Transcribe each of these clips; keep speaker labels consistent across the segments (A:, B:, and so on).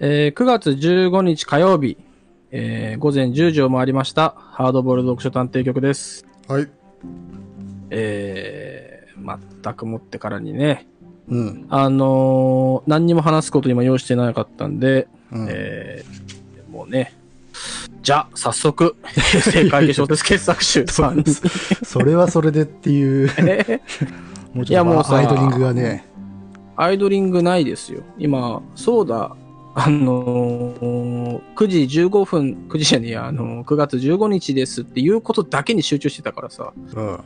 A: えー9月15日火曜日、えー午前10時を回りました、ハードボール読書探偵局です。
B: はい。
A: えー、全くもってからにね、
B: うん。
A: あのー何にも話すこと今用意してなかったんで、
B: うん
A: えーもうね、じゃあ、早速、 正解化小説傑作集さんに。
B: それはそれでっ ていう、
A: え
B: もう
A: い
B: ちょ
A: や
B: っと
A: もうさ
B: アイドリングがね、
A: アイドリングないですよ。今、そうだ、あのー9時15分、9時じゃねえや、あのー9月15日ですっていうことだけに集中してたからさ、
B: うん、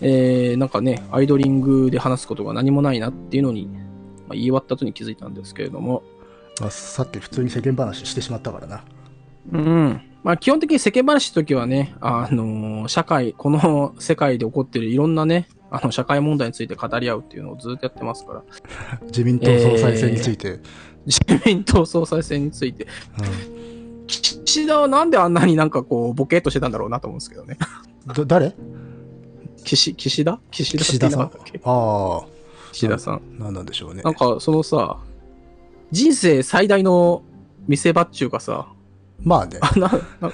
A: えー、なんかね、アイドリングで話すことが何もないなっていうのに、まあ、言い終わった後に気づいたんですけれども、
B: まあ、さっき普通に世間話してしまったからな。
A: うん。まあ、基本的に世間話の時はね、あのー社会、この世界で起こってるいろんなね、あの、社会問題について語り合うっていうのをずっとやってます から、
B: 自民党総裁選について。
A: 自民党総裁選について、岸田はなんであんなになんかこう、ボケっとしてたんだろうなと思うんですけどね。
B: うん、ど誰
A: 岸、岸田岸田
B: 岸田さん。
A: っ
B: あ
A: て言いなかったっけ
B: あ、
A: 岸田さん。
B: なんなんでしょうね
A: な。んか、そのさ、人生最大の見せ場っちゅうかさ、
B: まあね。
A: あな、な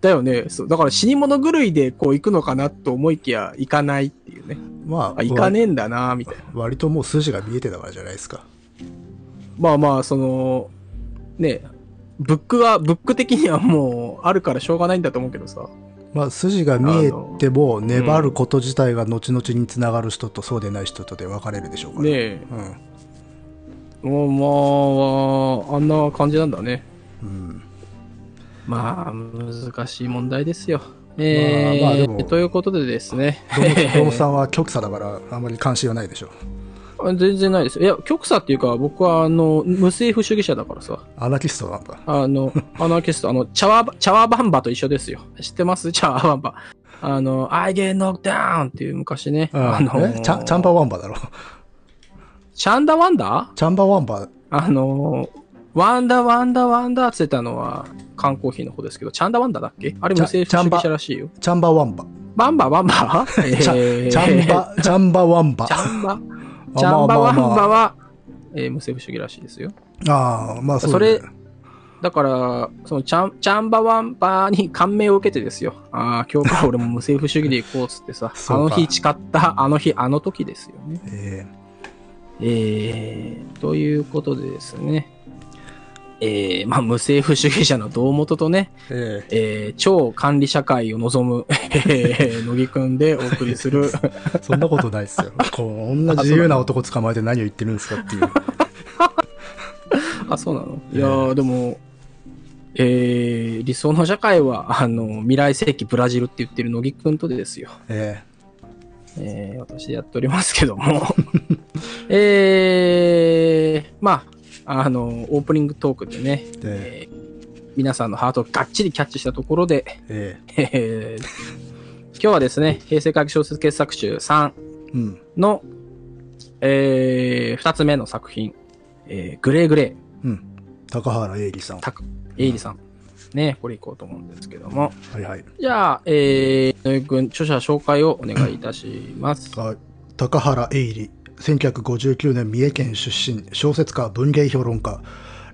A: だよね。そうだから死に物狂いでこう行くのかなと思いきや、行かないっていうね。
B: まあ、
A: あ、行かねえんだな、みたいな。
B: 割ともう筋が見えてたからじゃないですか。
A: まあまあ、その、ね、ブックは、ブック的にはもうあるからしょうがないんだと思うけどさ。
B: まあ、筋が見えても、粘ること自体が後々につながる人とそうでない人とで分かれるでしょうから。
A: ねえ、
B: うん。
A: もうまあ、あんな感じなんだね。
B: うん。
A: まあ、難しい問題ですよ。えー
B: まあまあでも
A: ということでですね。
B: どうもどうもさんは極左だから、あんまり関心はないでしょう。
A: 全然ないですよ。いや、極左っていうか、僕は、あの、無政府主義者だからさ。
B: アナキストなんだ。
A: あ の、アナーキスト、あの、チャワー、チャワーバンバと一緒ですよ。知ってますチャワーバンバ。あの、I get knocked down っていう昔ね。あの
B: えチャチャンバワンバだろ。
A: チャンダワンダ
B: チャンバワンバ、
A: あの、ワンダワンダワンダって言ってたのは、缶コーヒーの方ですけど、チャンダワンダだっけあれ無政府主義者らしいよ。
B: チャンバワンバ。
A: バンババンバ
B: チャチャンバ、チャンバワンバ。
A: チャンバ、
B: あ
A: チャンバワンバ
B: まあまあま
A: は、えー無政府主義らしいですよ。
B: ああ、まあそう
A: それ
B: ね、、
A: だから、そのチャン、チャンバワンバに感銘を受けてですよ。ああ、今日から俺も無政府主義で行こうっつってさ
B: そ
A: あ
B: う
A: の
B: か
A: 日誓った、あの日、あの時ですよね。
B: え
A: えー、ということでですね。えー、まあ、無政府主義者の胴元とね、
B: えええ
A: えー、超管理社会を望む、えー、乃木くんでお送りする、
B: そんなことな いですよ。こんな自由な男捕まえて何を言ってるんですかっていう。
A: あ、そうなのいやー、でも、えー、理想の社会は、あの、未来世紀ブラジルって言ってる乃木くんとですよ。
B: え
A: えー、私やっておりますけど も。えー、まあ、あの、オープニングトークでね、
B: ええ
A: えー皆さんのハートをがっちりキャッチしたところで、
B: ええ
A: えー今日はですね、平成科学小説傑作集3
B: えうん。
A: の、えー、2つ目の作品、えー、グレーグレー。
B: うん。高原英里さん。
A: たく、エイリさん。ね、これいこうと思うんですけども。
B: はいはい。
A: じゃあ、えー、野井くん、著者紹介をお願いいたします。
B: はい高原英里1959年三重県出身小説家文芸評論家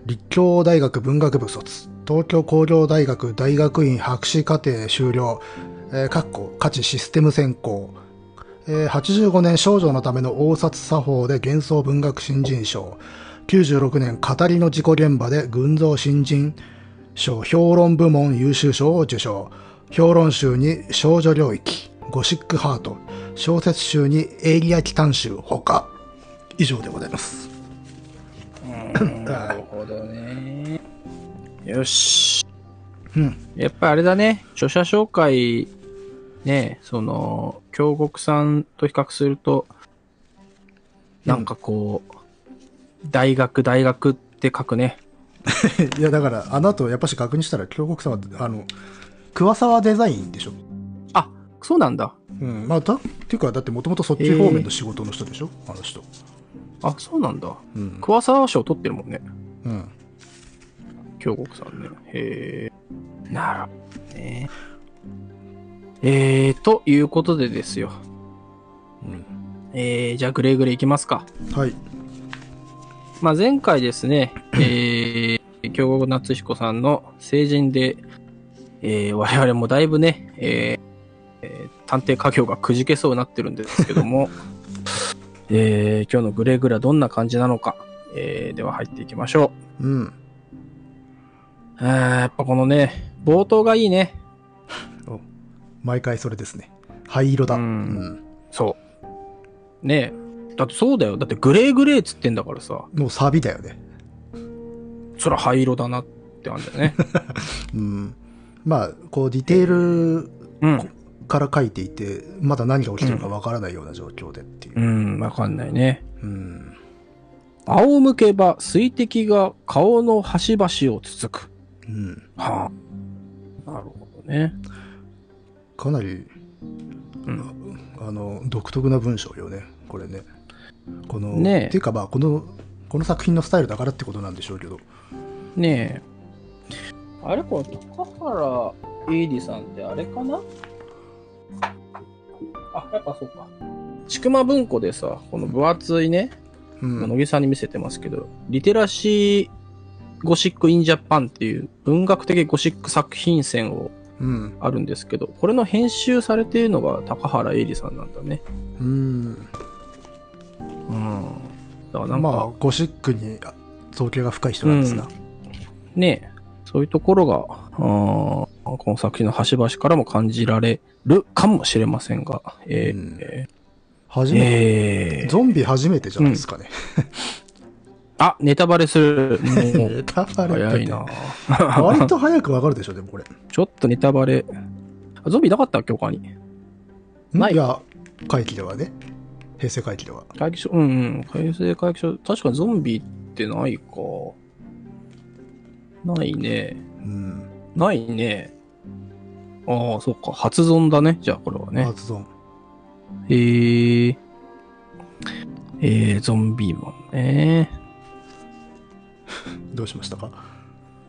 B: 立教大学文学部卒東京工業大学大学院博士課程修了、えー、かっこ価値システム専攻、えー85年少女のための応札作法で幻想文学新人賞96年語りの事故現場で群像新人賞評論部門優秀賞を受賞評論集に少女領域ゴシックハート小説集にエイリアキ短集ほか以上でございます
A: なるほどね。よし。
B: うん
A: やっぱあれだね、著者紹介、ね、その、京極さんと比較すると、なんかこう、大学、大学って書くね。
B: いやだからあの後やっぱし確認したら京極さんはあの桑沢デザインでしょ
A: あ、そうなんだ。
B: うんまあだっていうかだってもともとそっち方面の仕事の人でしょ、あの人
A: あ、そうなんだ。
B: うん、
A: 桑沢賞取ってるもんね。
B: うん、
A: 京極さんね。へえ。なるほどね。えー、ということでですよ。えー、じゃあ、グレーグレーいきますか。
B: はい
A: まあ、前回ですね、えー、京極夏彦さんの成人で、えー我々もだいぶね、えーえー探偵家業がくじけそうになってるんですけども、 えー今日のグレーグラどんな感じなのか、えーでは入っていきましょう。
B: うん。
A: あーやっぱこのね、冒頭がいいね。
B: 毎回それですね。灰色だ。
A: う
B: うんん。
A: そう。ねえ。だってそうだよ。だってグレーグレーっつってんだからさ、
B: もうサビだよね。
A: そら灰色だなってあんだよね。
B: うん。まあ、こう、ディテール
A: うん。
B: から書いていて、まだ何が起きてるかわからないような状況でっていう
A: う。ん、わかんないね。
B: うん。
A: 仰向けば水滴が顔の端々をつつく。
B: うん。
A: はあ。なるほどね。
B: かなり、
A: うん。
B: あの、独特な文章よね。これね。この、
A: ねえ
B: っていうかまあ、この、この作品のスタイルだからってことなんでしょうけど。
A: ねえ。あれこれ、高原エイリさんってあれかなあ、やっぱそうか。ちくま文庫でさ、この分厚いね、
B: う
A: 今
B: ん。
A: 野木さんに見せてますけど、リテラシーゴシック・イン・ジャパンっていう文学的ゴシック作品選を
B: うん。
A: あるんですけど、これの編集されているのが高原エイリさんなんだね。
B: うん。
A: うん。だからなんか、
B: まあ、ゴシックにあ造形が深い人なんですな。
A: ねえ、そういうところが、あーこの作品の端々からも感じられるかもしれませんが、えー
B: うん
A: え
B: 初
A: ー
B: めて、
A: えー
B: ゾンビ初めてじゃないですかね。
A: あ、ネタバレする。もう
B: ネタバレ
A: 早
B: っ
A: い
B: て
A: な。
B: 割と早くわかるでしょ、でもこれ。
A: ちょっとネタバレ。あゾンビいなかったっけ他に。 ない
B: いや、会期ではね。平成会期では。
A: 回帰書、うんうん。平成回帰書、確かにゾンビってないか。ないね。
B: うん。
A: ないね。ああ、そっか。初ゾンだね。じゃあ、これはね。
B: 発音。
A: えー、えー、ゾンビマンね。
B: どうしましたか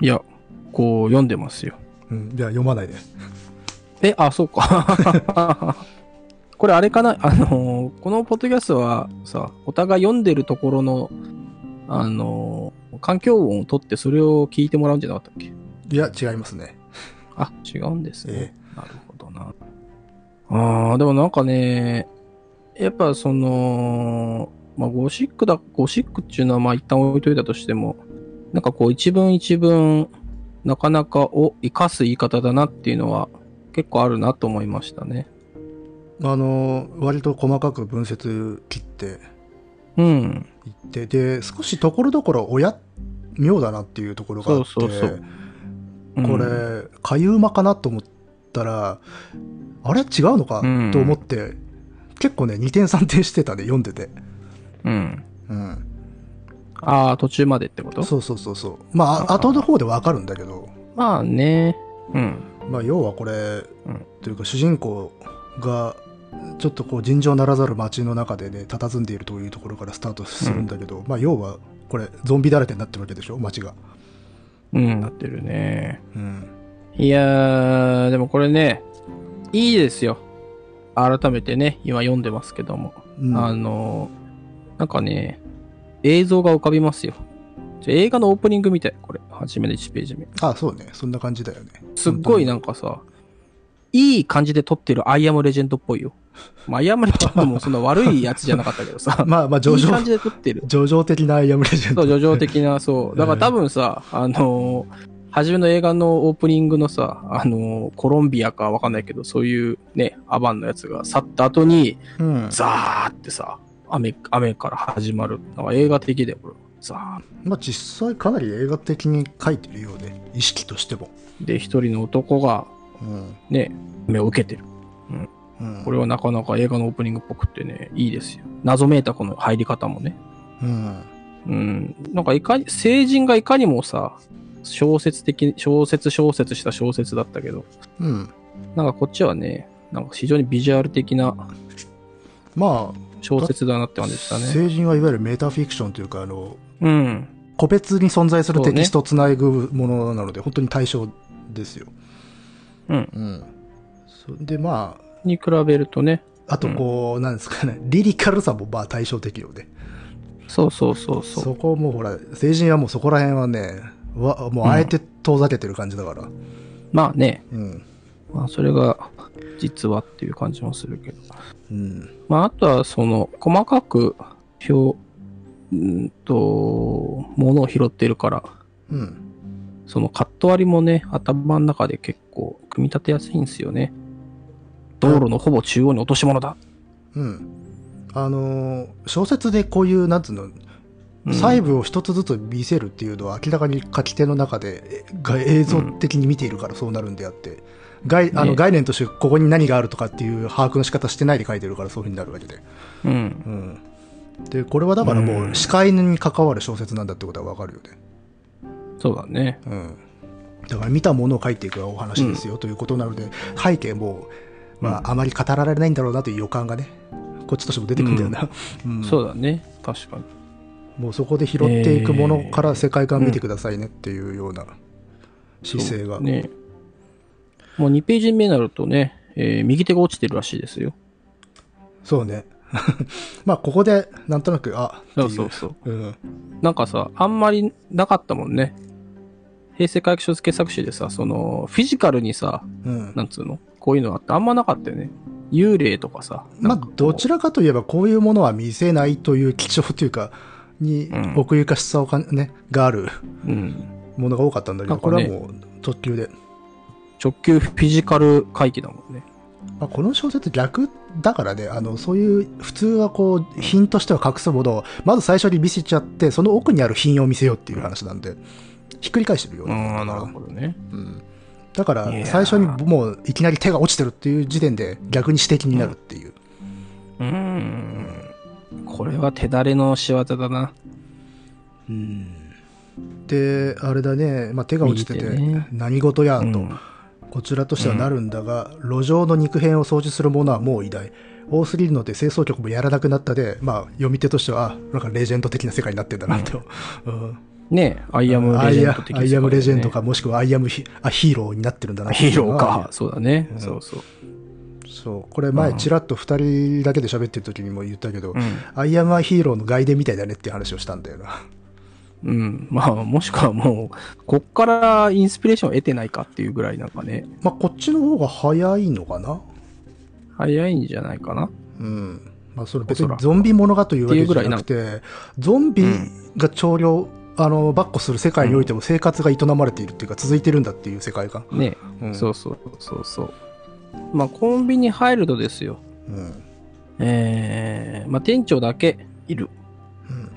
A: いや、こう読んでますよ。
B: うん。じゃあ読まないで。
A: え、あ、そうか。 これあれかなあのーこのポッドキャストはさ、お互い読んでるところの、あのー環境音を取ってそれを聞いてもらうんじゃなかったっけ
B: いや、違いますね。
A: あ、違うんですね
B: え。
A: なるほどな。ああ、でもなんかね、やっぱその、まあ、ゴシックだ、ゴシックっていうのはまあ一旦置いといたとしても、なんかこう一文一文、なかなかを生かす言い方だなっていうのは結構あるなと思いましたね。
B: あの、割と細かく分節切って
A: うん。
B: いって、で、少しところどころ、親、妙だなっていうところがあって、
A: そうそうそううん
B: これ、かゆうまかなと思ったら、あれ違うのか、
A: うん
B: と思って、結構ね、二点三点してたね、読んでて。
A: うん。
B: うん。
A: ああ、途中までってこと
B: そうそうそうそう。まあ、
A: あ
B: 後の方でわかるんだけど、
A: まあね。うん。
B: まあ、要はこれ、
A: ん
B: というか主人公がちょっとこう尋常ならざる街の中でね佇んでいるというところからスタートするんだけど、まあ要はこれゾンビだらけになってるわけでしょ街が、
A: うん、なってるね。
B: うん、
A: いやー、でもこれね、いいですよ。改めてね、今読んでますけども。
B: うん
A: あのー、なんかね、映像が浮かびますよ。ちょ映画のオープニングみたい、これ。初めの1ページ目。
B: あそうねそんな感じだよね、
A: すっごいなんかさ、いい感じで撮ってるアイアムレジェンドっぽいよ。まあ、アイアムレジェンドもそんな悪いやつじゃなかったけどさ
B: まあまあ 上
A: いい
B: 々
A: 感じで撮ってる。
B: 上々的なアイアムレジェ
A: そ
B: ンド
A: う、叙情的な、そう。だから多分さ、あのー初めの映画のオープニングのさ、あのーコロンビアかわかんないけど、そういうね、アバンのやつが去った後に、
B: うん
A: ザーってさ、雨、雨から始まる。なんか映画的だよ、これ。ザ
B: まあ実際かなり映画的に書いてるようで意識としても、
A: ー。で、一人の男が、
B: うん
A: ね、目を受けてる。
B: うん、
A: これはなかなか映画のオープニングっぽくてね、いいですよ。謎めいたこの入り方もね。
B: うん
A: うん。なんかいかに、成人がいかにもさ、小説的、小説小説した小説だったけど、
B: うん
A: なんかこっちはね、なんか非常にビジュアル的な
B: ま
A: 小説だなって
B: あ
A: 感じでしたね。
B: 成人はいわゆるメタフィクションというかあの
A: うん。
B: 個別に存在する
A: そう
B: テ
A: ね
B: キストをつなぐものなので、本当に対象ですよ。
A: うん。
B: うん、そでま
A: に比べるとね、
B: ああとこう、なんですかねリリカルさもまあ対象的よね
A: そうそうそうそう。
B: そこもほら成人はもうそこら辺はねわもうあえて遠ざけてる感じだから。
A: まあね、
B: うん。
A: まあ、それが実はっていう感じもするけど。
B: うん。
A: まあ、あとは、その、細かく表、うーんと、物を拾ってるから、
B: うん。
A: そのカット割りもね、頭の中で結構組み立てやすいんですよね。道路のほぼ中央に落とし物だ。
B: うん。あのー小説でこういう、なんつうの、
A: うん
B: 細部を一つずつ見せるっていうのは明らかに書き手の中でえが映像的に見ているからそうなるんであって、概あの
A: ね
B: 概念としてここに何があるとかっていう把握の仕方してないで書いてるからそういうふうになるわけで,、
A: うん。
B: うん、でこれはだからも
A: うん
B: う視界に関わる小説なんだってことはわかるよね、
A: そうだね。
B: うん、だから見たものを書いていくお話ですよ、ということなので背景も、まあ、あまり語られないんだろうなという予感がねこっちとしても出てくるんだよな、うん
A: そうだね。確かに。
B: もうそこで拾っていくものから世界観見てくださいねっていうような姿勢が。
A: そうね。もう2ページ目になるとね、えー右手が落ちてるらしいですよ。
B: そうね。 まあ、ここで、なんとなく、あ、っ
A: そ
B: ていうう。
A: そうそう。
B: うん。
A: なんかさ、あんまりなかったもんね。平成回帰小説傑作集でさ、その、フィジカルにさ、
B: うん。
A: なんつうのこういうのあってあんまなかったよね。幽霊とかさ。
B: ま
A: な
B: あ
A: んかこ、う
B: どちらかといえば、こういうものは見せないという基調というか、に
A: うん
B: 奥ゆかしさをかん、ね、がある
A: うん。
B: ものが多かったんだけど、
A: なん
B: こ
A: かね
B: れはもう特急で。
A: 直球フィジカル回帰だもんね。
B: まあ、この小説逆だからね、あの、そういう、普通はこう、品としては隠すものを、まず最初に見せちゃって、その奥にある品を見せようっていう話なんで、ひっくり返してるよう
A: う
B: なもの
A: ん、な
B: だから
A: るほどね。
B: うんだから
A: いやー
B: 最初にもういきなり手が落ちてるっていう時点で逆に指摘になるっていう、
A: うん。これは手だれの仕業だな。
B: であれだね、まあ、手が落ちてて
A: 右手ね
B: 何事や
A: う
B: と、
A: ん
B: こちらとしてはなるんだが、路上の肉片を掃除する者はもう偉大多すぎるので清掃局もやらなくなったで、まあ、読み手としてはあなんかレジェンド的な世界になってんだなと、うん
A: ねえ、アイアム
B: ア
A: レジ
B: イ
A: ェン
B: ア
A: ド的な世界だよね
B: アイアムレジェンドかもしくはアイアムヒあヒーローになってるんだなって
A: ヒ
B: いう
A: ー
B: の
A: ロー
B: が
A: か。そうだね。
B: うん
A: そうそう。
B: そうこれ前ちらっと2人だけで喋ってる時にも言ったけど、
A: うん。
B: アイアムアヒーローの外伝みたいだねっていう話をしたんだよな。
A: うん。まあ、もしくはもう、こっからインスピレーションを得てないかっていうぐらいなんかね、
B: まあ、こっちの方が早いのかな
A: 早いんじゃないかな。
B: うん。まあ、それ
A: おそ
B: 別に
A: らく
B: ゾンビものがというわけじゃなくて、ゾンビが調量、あの、ばっこする世界においても生活が営まれているっていうか、続いてるんだっていう世界観。
A: ね、
B: うん
A: そうそうそうそう。まあ、コンビニ入るとですよ。
B: うん。
A: えー、まあ、店長だけいる。
B: うん。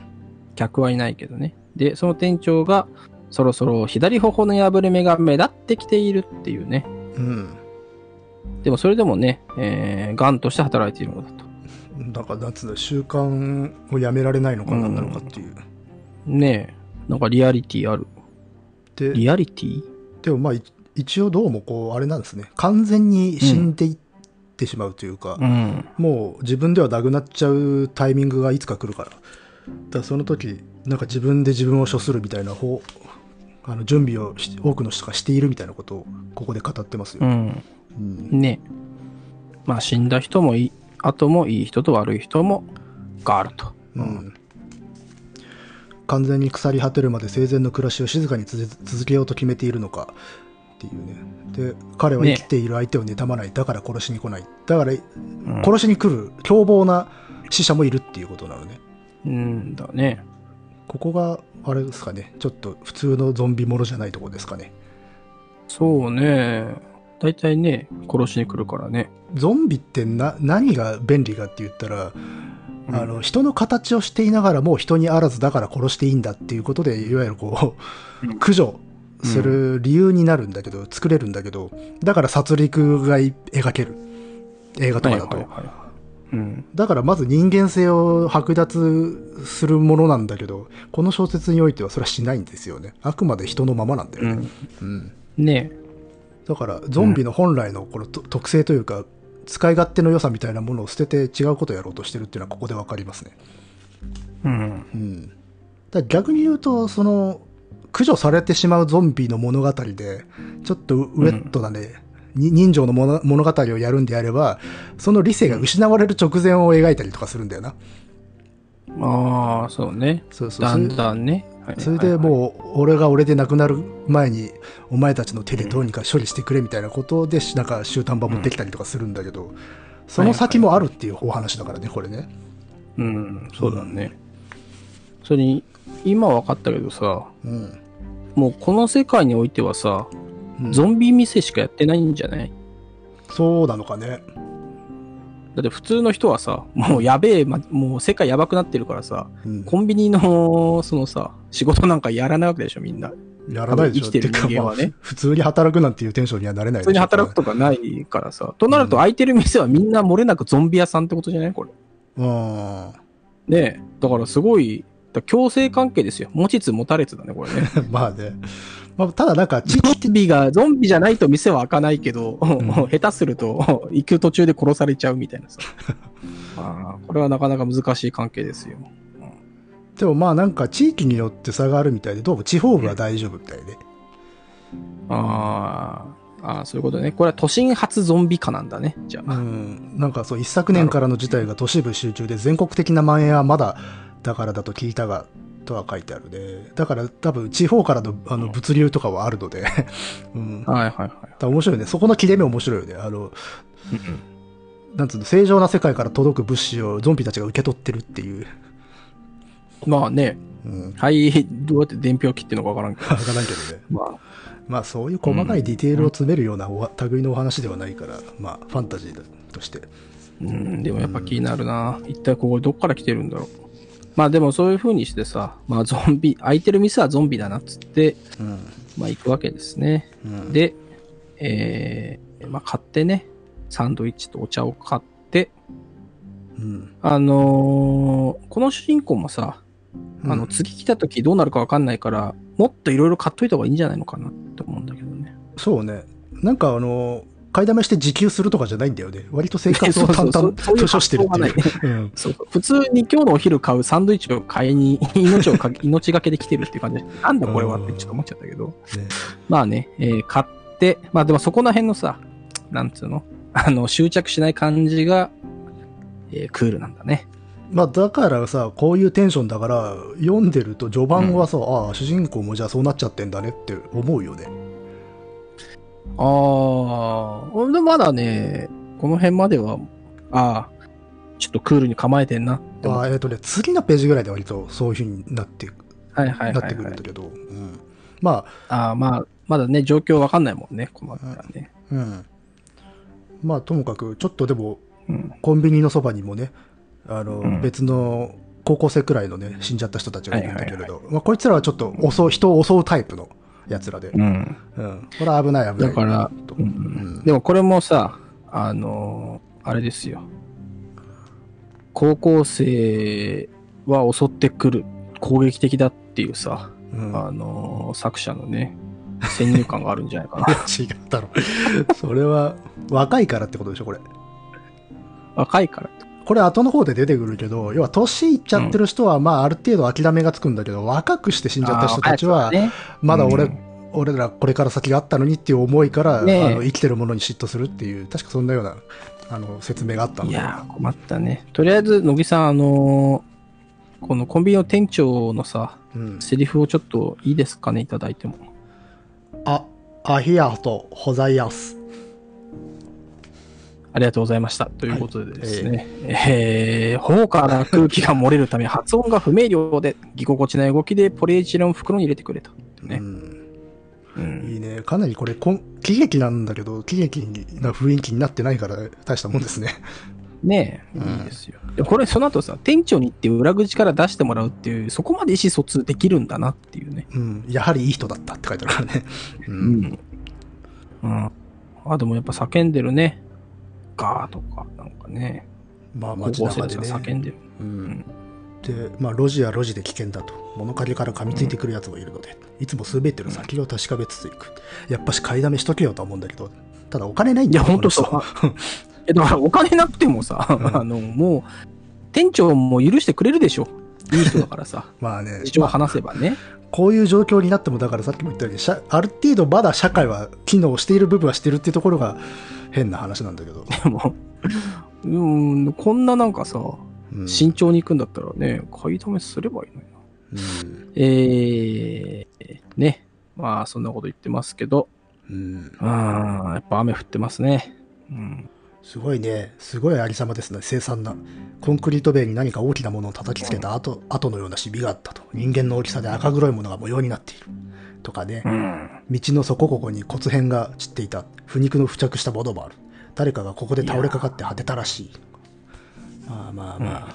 A: 客はいないけどね。で、その店長が、そろそろ左頬の破れ目が目立ってきているっていうね。でも、それでもね、えー、ガンとして働いているのだと。
B: うん。だから、なんつうの、習慣をやめられないのかなんなのかっていう。
A: ねえ、なんかリアリティある。
B: で、
A: リアリティ
B: でもまあ、い一応どうもこう、あれなんですね。完全に死んでいってしまうというか、
A: うん。
B: もう自分ではなくなっちゃうタイミングがいつか来るから。だからその時、なんか自分で自分を処するみたいな方、あの準備をし多くの人がしているみたいなことをここで語ってます
A: う
B: よ。
A: ん。
B: うん
A: ねまあ死んだ人もいい後もいい人と悪い人もがあると、
B: うん完全に腐り果てるまで生前の暮らしを静かにつづ続けようと決めているのかっていうね。で、彼は生きている相手を妬まない。だから殺しに来ない。だから
A: うん
B: 殺しに来る凶暴な死者もいるっていうことなのね。
A: うんだね
B: ここがあれですかねちょっと普通のゾンビものじゃないとこですかね
A: そうね大体ね殺しに来るからね
B: ゾンビってな何が便利かって言ったら、
A: うん
B: あの人の形をしていながらも人にあらずだから殺していいんだっていうことでいわゆるこう、
A: うん
B: 駆除する理由になるんだけど、作れるんだけどだから殺戮がい描ける映画とかだと、
A: はいはいはいうん
B: だからまず人間性を剥奪するものなんだけどこの小説においてはそれはしないんですよねあくまで人のままなんだよ
A: う
B: ね、
A: ん
B: うん
A: ね
B: だからゾンビの本来のこのと特性というか、使い勝手の良さみたいなものを捨てて違うことをやろうとしてるっていうのはここで分かりますね。
A: うん
B: うん、だから逆に言うとその駆除されてしまうゾンビの物語でちょっとウウェットなね、に人情の物物語をやるんであればその理性が失われる直前を描いたりとかするんだよな。
A: ああそうね
B: そうそう
A: だ
B: そうん
A: だんねはい
B: それで
A: はいはい
B: もう俺が俺で亡くなる前にお前たちの手でどうにか処理してくれみたいなことでなんか集団版持ってきたりとかするんだけどその先もあるっていうお話だからねこれね
A: うん、そうだね。それに、今分かったけどさ、
B: うん
A: もうこの世界においてはさ、
B: うん
A: ゾンビ店しかやってないんじゃない
B: そうなのかね
A: だって普通の人はさ、もうやべえ、ま、もう世界やばくなってるからさ、
B: うん
A: コンビニの、そのさ、仕事なんかやらないわけでしょ、みんな。
B: やらないでしょ
A: 生きてる
B: っていうか
A: 人間はね
B: まあ普通に働くなんていうテンションにはなれない
A: 普通に
B: でしょ
A: 働くとかないからさ。となると、空いてる店はみんな漏れなくゾンビ屋さんってことじゃないこれ。
B: うん
A: ねえ。だからすごい、だから強制関係ですよ。持ちつ持たれつだね、これね。
B: まあね、まあ、ただなんか地
A: ゾンビが、ゾンビじゃないと店は開かないけど、
B: ん
A: 下手すると、行く途中で殺されちゃうみたいなさ。ああ、これはなかなか難しい関係ですよ。
B: でもまあなんか地域によって差があるみたいでどうも地方部は大丈夫みたいで、
A: あーあー、そういうことね。これは都心初ゾンビ化なんだね、じゃ
B: う
A: あ。
B: ん、なんかそう一昨年からの事態が都市部集中で全国的な蔓延はまだだからだと聞いたがとは書いてあるねだから多分地方からのあの物流とかはあるので、 うん、だか
A: はいはいはい。
B: ら面白いねそこの切れ目面白いよねあのなんつうの正常な世界から届く物資をゾンビたちが受け取ってるっていう、
A: まあね、
B: うん、
A: はい、どうやって伝票切ってんのかわからんけど。
B: わからんけどね
A: ま
B: まあそういう細かいディテールを詰めるようなお類のお話ではないから、まあファンタジーだとして。
A: あ、うん、でもやっぱ気になるな。一体ここどっから来てるんだろう。まあでもそういう風にしてさ、まあゾンビ、空いてる店はゾンビだなっつって、
B: うん。
A: まあ行くわけですね。
B: うん、
A: で、えー、まあ買ってね、サンドイッチとお茶を買って、
B: うん、
A: あのーこの主人公もさ、あの、
B: うん
A: 次来た時どうなるかわかんないから、もっといろいろ買っといた方がいいんじゃないのかなって思うんだけどね。
B: そうね。なんかあの、買いだめして自給するとかじゃないんだよね。割と生活を
A: そうそ
B: 淡
A: うそう
B: 々と処してるっていう。
A: そう
B: うん
A: そうそう普通に今日のお昼買うサンドイッチを買いに 命をかけ命がけで来てるっていう感じでなんだこれはってちょっと思っちゃったけど
B: ね
A: まあね、えー買ってまあでもそこら辺のさなんつうのあの執着しない感じが、えークールなんだね
B: まあだからさ、こういうテンションだから、読んでると序盤はさ、ああ、主人公もじゃあそうなっちゃってんだねって思うよね。
A: ああでもまだねこの辺まではああちょっとクールに構えてんなって思
B: あ
A: っ
B: あえっ、とね、次のページぐらいで割とそういうふうになっていく、
A: たはいはい
B: な
A: は
B: って
A: い、
B: くる
A: は
B: ん
A: い
B: だ、けど、うん、まあ、
A: ああまあまだね状況わかんないもんねこの辺はね、
B: うん。まあ、ともかく、ちょっとでも、
A: うん、
B: コンビニのそばにもね、あの、
A: うん
B: 別の高校生くらいのね、死んじゃった人たちがいるんだけれど、
A: はい
B: まあ、こいつらはちょっと襲う、人を襲うタイプのやつらで、
A: うん、
B: うん。これは危ない危ない。
A: だから
B: と
A: う
B: うんん
A: でもこれもさ、あのーあれですよ。高校生は襲ってくる、攻撃的だっていうさ、
B: うん
A: あのー作者のね、先入観があるんじゃないか
B: い
A: な。
B: や違ったろ。それは、若いからってことでしょ、これ。
A: 若いからと。
B: これ後の方で出てくるけど、要は年いっちゃってる人は、まあある程度諦めがつくんだけど、若くして死んじゃった人たち
A: あ
B: は
A: ー、若いやつ
B: まだ俺、
A: うん
B: 俺らこれから先があったのにっていう思いから、
A: ねえ
B: あの生きてるものに嫉妬するっていう、確かそんなようなあの説明があった
A: ねい
B: ので。
A: やー、困ったね。とりあえず、乃木さん、あのーこのコンビニの店長のさ、
B: うん、
A: セリフをちょっといいですかね、いただいても。
B: あ、アヒアとホザイアス。
A: ありがとうございました。ということでですね、えー頬から空気が漏れるため、発音が不明瞭で、ぎこちない動きでポリエチレンを袋に入れてくれた。ね
B: うん、
A: うん
B: いいね。かなりこれ、こん喜劇なんだけど、喜劇な雰囲気になってないから大したもんですね。
A: ねえ、
B: うん
A: いいですよ。でこれ、その後さ、店長に行って裏口から出してもらうっていう、そこまで意思疎通できるんだなっていうね。
B: うん、やはりいい人だったって書いてあるからね。う
A: う。ん。うん。あ、でもやっぱ叫んでるね。ガーとか、なんかね、
B: まあ、
A: 高
B: 街
A: 校生
B: 中
A: たち
B: で
A: が
B: ね。
A: 叫んでる。
B: うんで、まあ、路地は路地で危険だと。物陰から噛みついてくるやつもいるので、いつも滑ってる先を確かめつついく。やっぱし買いだめしとけよとは思うんだけど、ただお金ないん
A: い
B: だ
A: や、
B: よ。
A: ほんと
B: この人
A: そう。 え、だからお金なくてもさ、
B: ん
A: あの、もう、店長も許してくれるでしょ。いい人だからさ、
B: まあね、
A: 一応話せばね。
B: こういう状況になっても、だからさっきも言ったように、社ある程度まだ社会は機能している部分はしてるっていうところが変な話なんだ けど。
A: でも、うん、こんななんかさ、
B: うん
A: 慎重に行くんだったらね、買いだめすればいいのにな。
B: うん
A: えー、ね。まあ、そんなこと言ってますけど、
B: うん
A: あーやっぱ雨降ってますね。うん。
B: すごいねすごいありさまですね凄惨なコンクリート塀に何か大きなものを叩きつけた後跡のようなシビがあったと人間の大きさで赤黒いものが模様になっているとかね
A: うん。
B: 道の底ここに骨片が散っていた腐肉の付着したものもある誰かがここで倒れかかって果てたらしいまあまあまあ、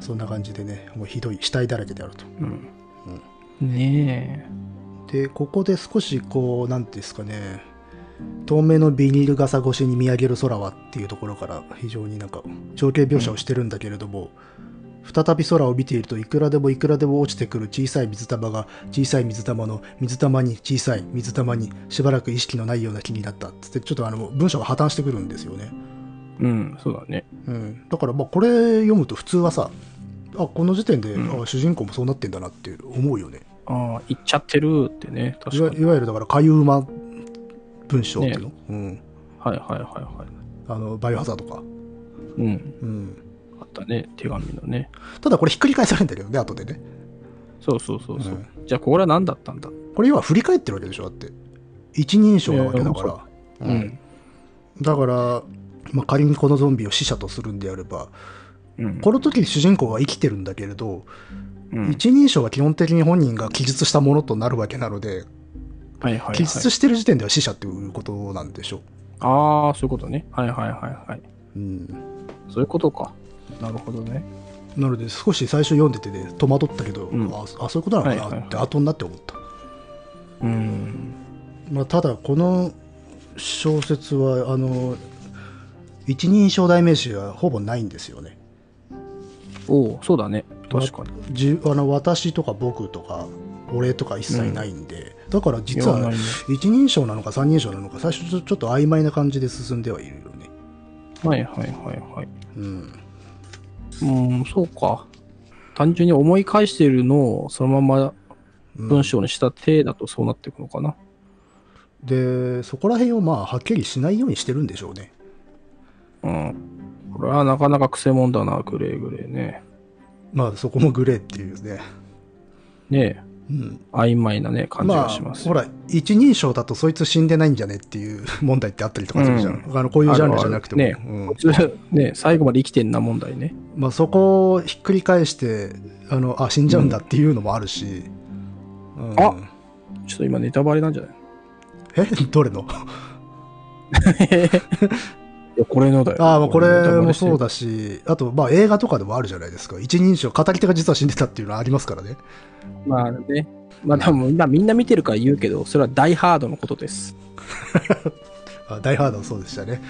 B: そんな感じでねもうひどい死体だらけであると
A: うん。ね
B: でここで少しこう何ていうんですかね透明のビニール傘越しに見上げる空はっていうところから非常になんか情景描写をしてるんだけれども、再び空を見ているといくらでもいくらでも落ちてくる小さい水玉が小さい水玉の水玉に小さい水玉にしばらく意識のないような気になったっつってちょっとあの文章が破綻してくるんですよね、
A: え。うん、そうだね。
B: うん、だからまあこれ読むと普通はさあこの時点で、
A: うん
B: あ主人公もそうなってんだなって思うよね
A: ああ、行っちゃってるってね。
B: いわ
A: 確かに。
B: いわゆるだからかゆうま文章っていうの、うん、
A: はいはいはいはい。
B: あのバイオハザードか、
A: うん。
B: うん、
A: あったね。手紙のね。
B: ただこれひっくり返されるんだけどね後でね
A: そうそうそうそう。
B: うん
A: じゃあ、これは何だったんだ
B: これ今振り返ってるわけでしょだって一人称なわけだ
A: い
B: か
A: や
B: ら、
A: う
B: うん
A: ん。
B: だから、まあ、仮にこのゾンビを死者とするんであれば
A: うん。
B: この時主人公は生きてるんだけれど、
A: うん
B: 一人称は基本的に本人が記述したものとなるわけなので
A: はいはいはい。
B: 記述してる時点では死者っていうことなんでしょ
A: ああ、そういうことね。はいはいはいはい。
B: う、うん、
A: そういうことか。なるほどね。
B: なので少し最初読んでてね戸惑ったけど、
A: うん
B: ああそういうことなの
A: は
B: か
A: いはい
B: な
A: は
B: っ
A: い
B: て後になって思った、
A: うん。
B: まあ、ただこの小説はあの一人称代名詞はほぼないんですよね
A: おお、そうだね。確かに。
B: じあの私とか僕とか俺とか一切ないんで、だから実
A: いや
B: は
A: ないね
B: 一人称なのか三人称なのか最初ちょちょっと曖昧な感じで進んではいるよね
A: はいはいはいはい。
B: うん
A: うん、そうか。単純に思い返しているのをそのまま文章にした体だとそうなっていくのかな。
B: でそこら辺をまあはっきりしないようにしてるんでしょうね
A: うん。これはなかなか癖もんだな、グレーグレーね。
B: まあそこもグレーっていうね、
A: ね
B: うん、
A: え、曖昧なね、感じ
B: ま
A: が
B: あ
A: します
B: ほ
A: よ。
B: ら一人称だとそいつ死んでないんじゃねっていう問題ってあったりとかするじゃん、あのこういうジャンルじゃなくても、
A: あるある
B: う
A: 普
B: ん
A: 通 ね、最後まで生きてんな問題ね。
B: まあ、そこをひっくり返してあのあ死んじゃうんだっていうのもあるし、うん
A: あちょっと今ネタバレなんじゃない
B: え どれの
A: いやこれのだよ。
B: ああこ
A: ネタ
B: れ
A: バレ
B: も
A: してる
B: そうだしあとまあ映画とかでもあるじゃないですか一人称語り手が実は死んでたっていうのはありますからね
A: まあね。まあ多分今みんな見てるから言うけど、それはダイハードのことです。
B: あダイハードもそうでしたね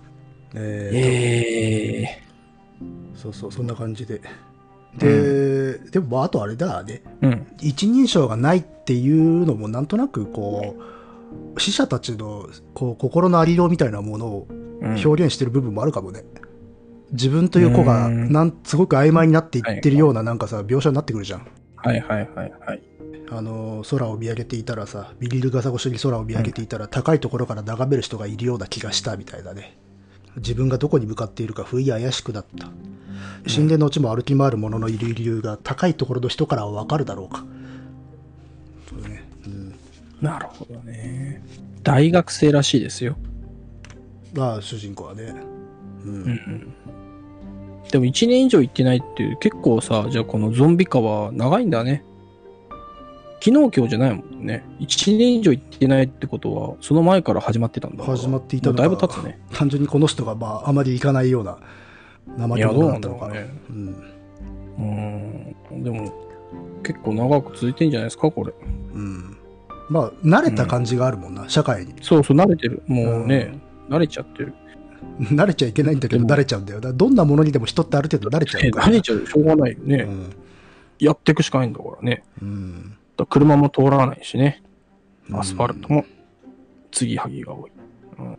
B: えー
A: ええ
B: そうそうそんな感じでで、でもまああとあれだね
A: うん。
B: 一人称がないっていうのもなんとなくこう死者たちのこう心のありようみたいなものを
A: うん
B: 表現してる部分もあるかもね。自分という子が
A: うん
B: なんすごく曖昧になっていってるようななんかさ描写になってくるじゃん。
A: はいはいはいはい。
B: あの空を見上げていたらさビニール傘越しに空を見上げていたら高いところから眺める人がいるような気がしたみたいだね。自分がどこに向かっているか不意怪しくなった。神殿のうちも歩き回る者のいる理由が高いところの人からはわかるだろうか。そうだね。うん
A: なるほどね。大学生らしいですよ。
B: まあ主人公はね。うん。
A: でも1年以上行ってないっていう、結構さ、じゃあこのゾンビ化は長いんだね。昨日今日じゃないもんね。1年以上行ってないってことは、その前から始まってたんだから。
B: 始まっていた
A: も
B: の
A: うだ
B: か
A: いぶ経つね。
B: 単純にこの人がまああまり行かないような
A: い
B: 生き
A: や、どう
B: 物だ
A: な
B: っ
A: ん
B: た
A: だろ
B: のか
A: う
B: な。
A: ね。
B: うん
A: うん。でも、結構長く続いてんじゃないですか、これ。
B: うんまあ慣れた感じがあるもんな、社会に
A: そうそう、慣れてる。もうね、慣れちゃってる。
B: 慣れちゃいけないんだけど
A: でも
B: 慣れちゃうんだよだからどんなものにでも人ってある程度慣れちゃうから
A: 慣れちゃうよしょうがないよね。
B: うん
A: やっていくしかないんだからね。
B: うん
A: だから車も通らないしね。アスファルト
B: も
A: も、継ぎはぎが多い。うん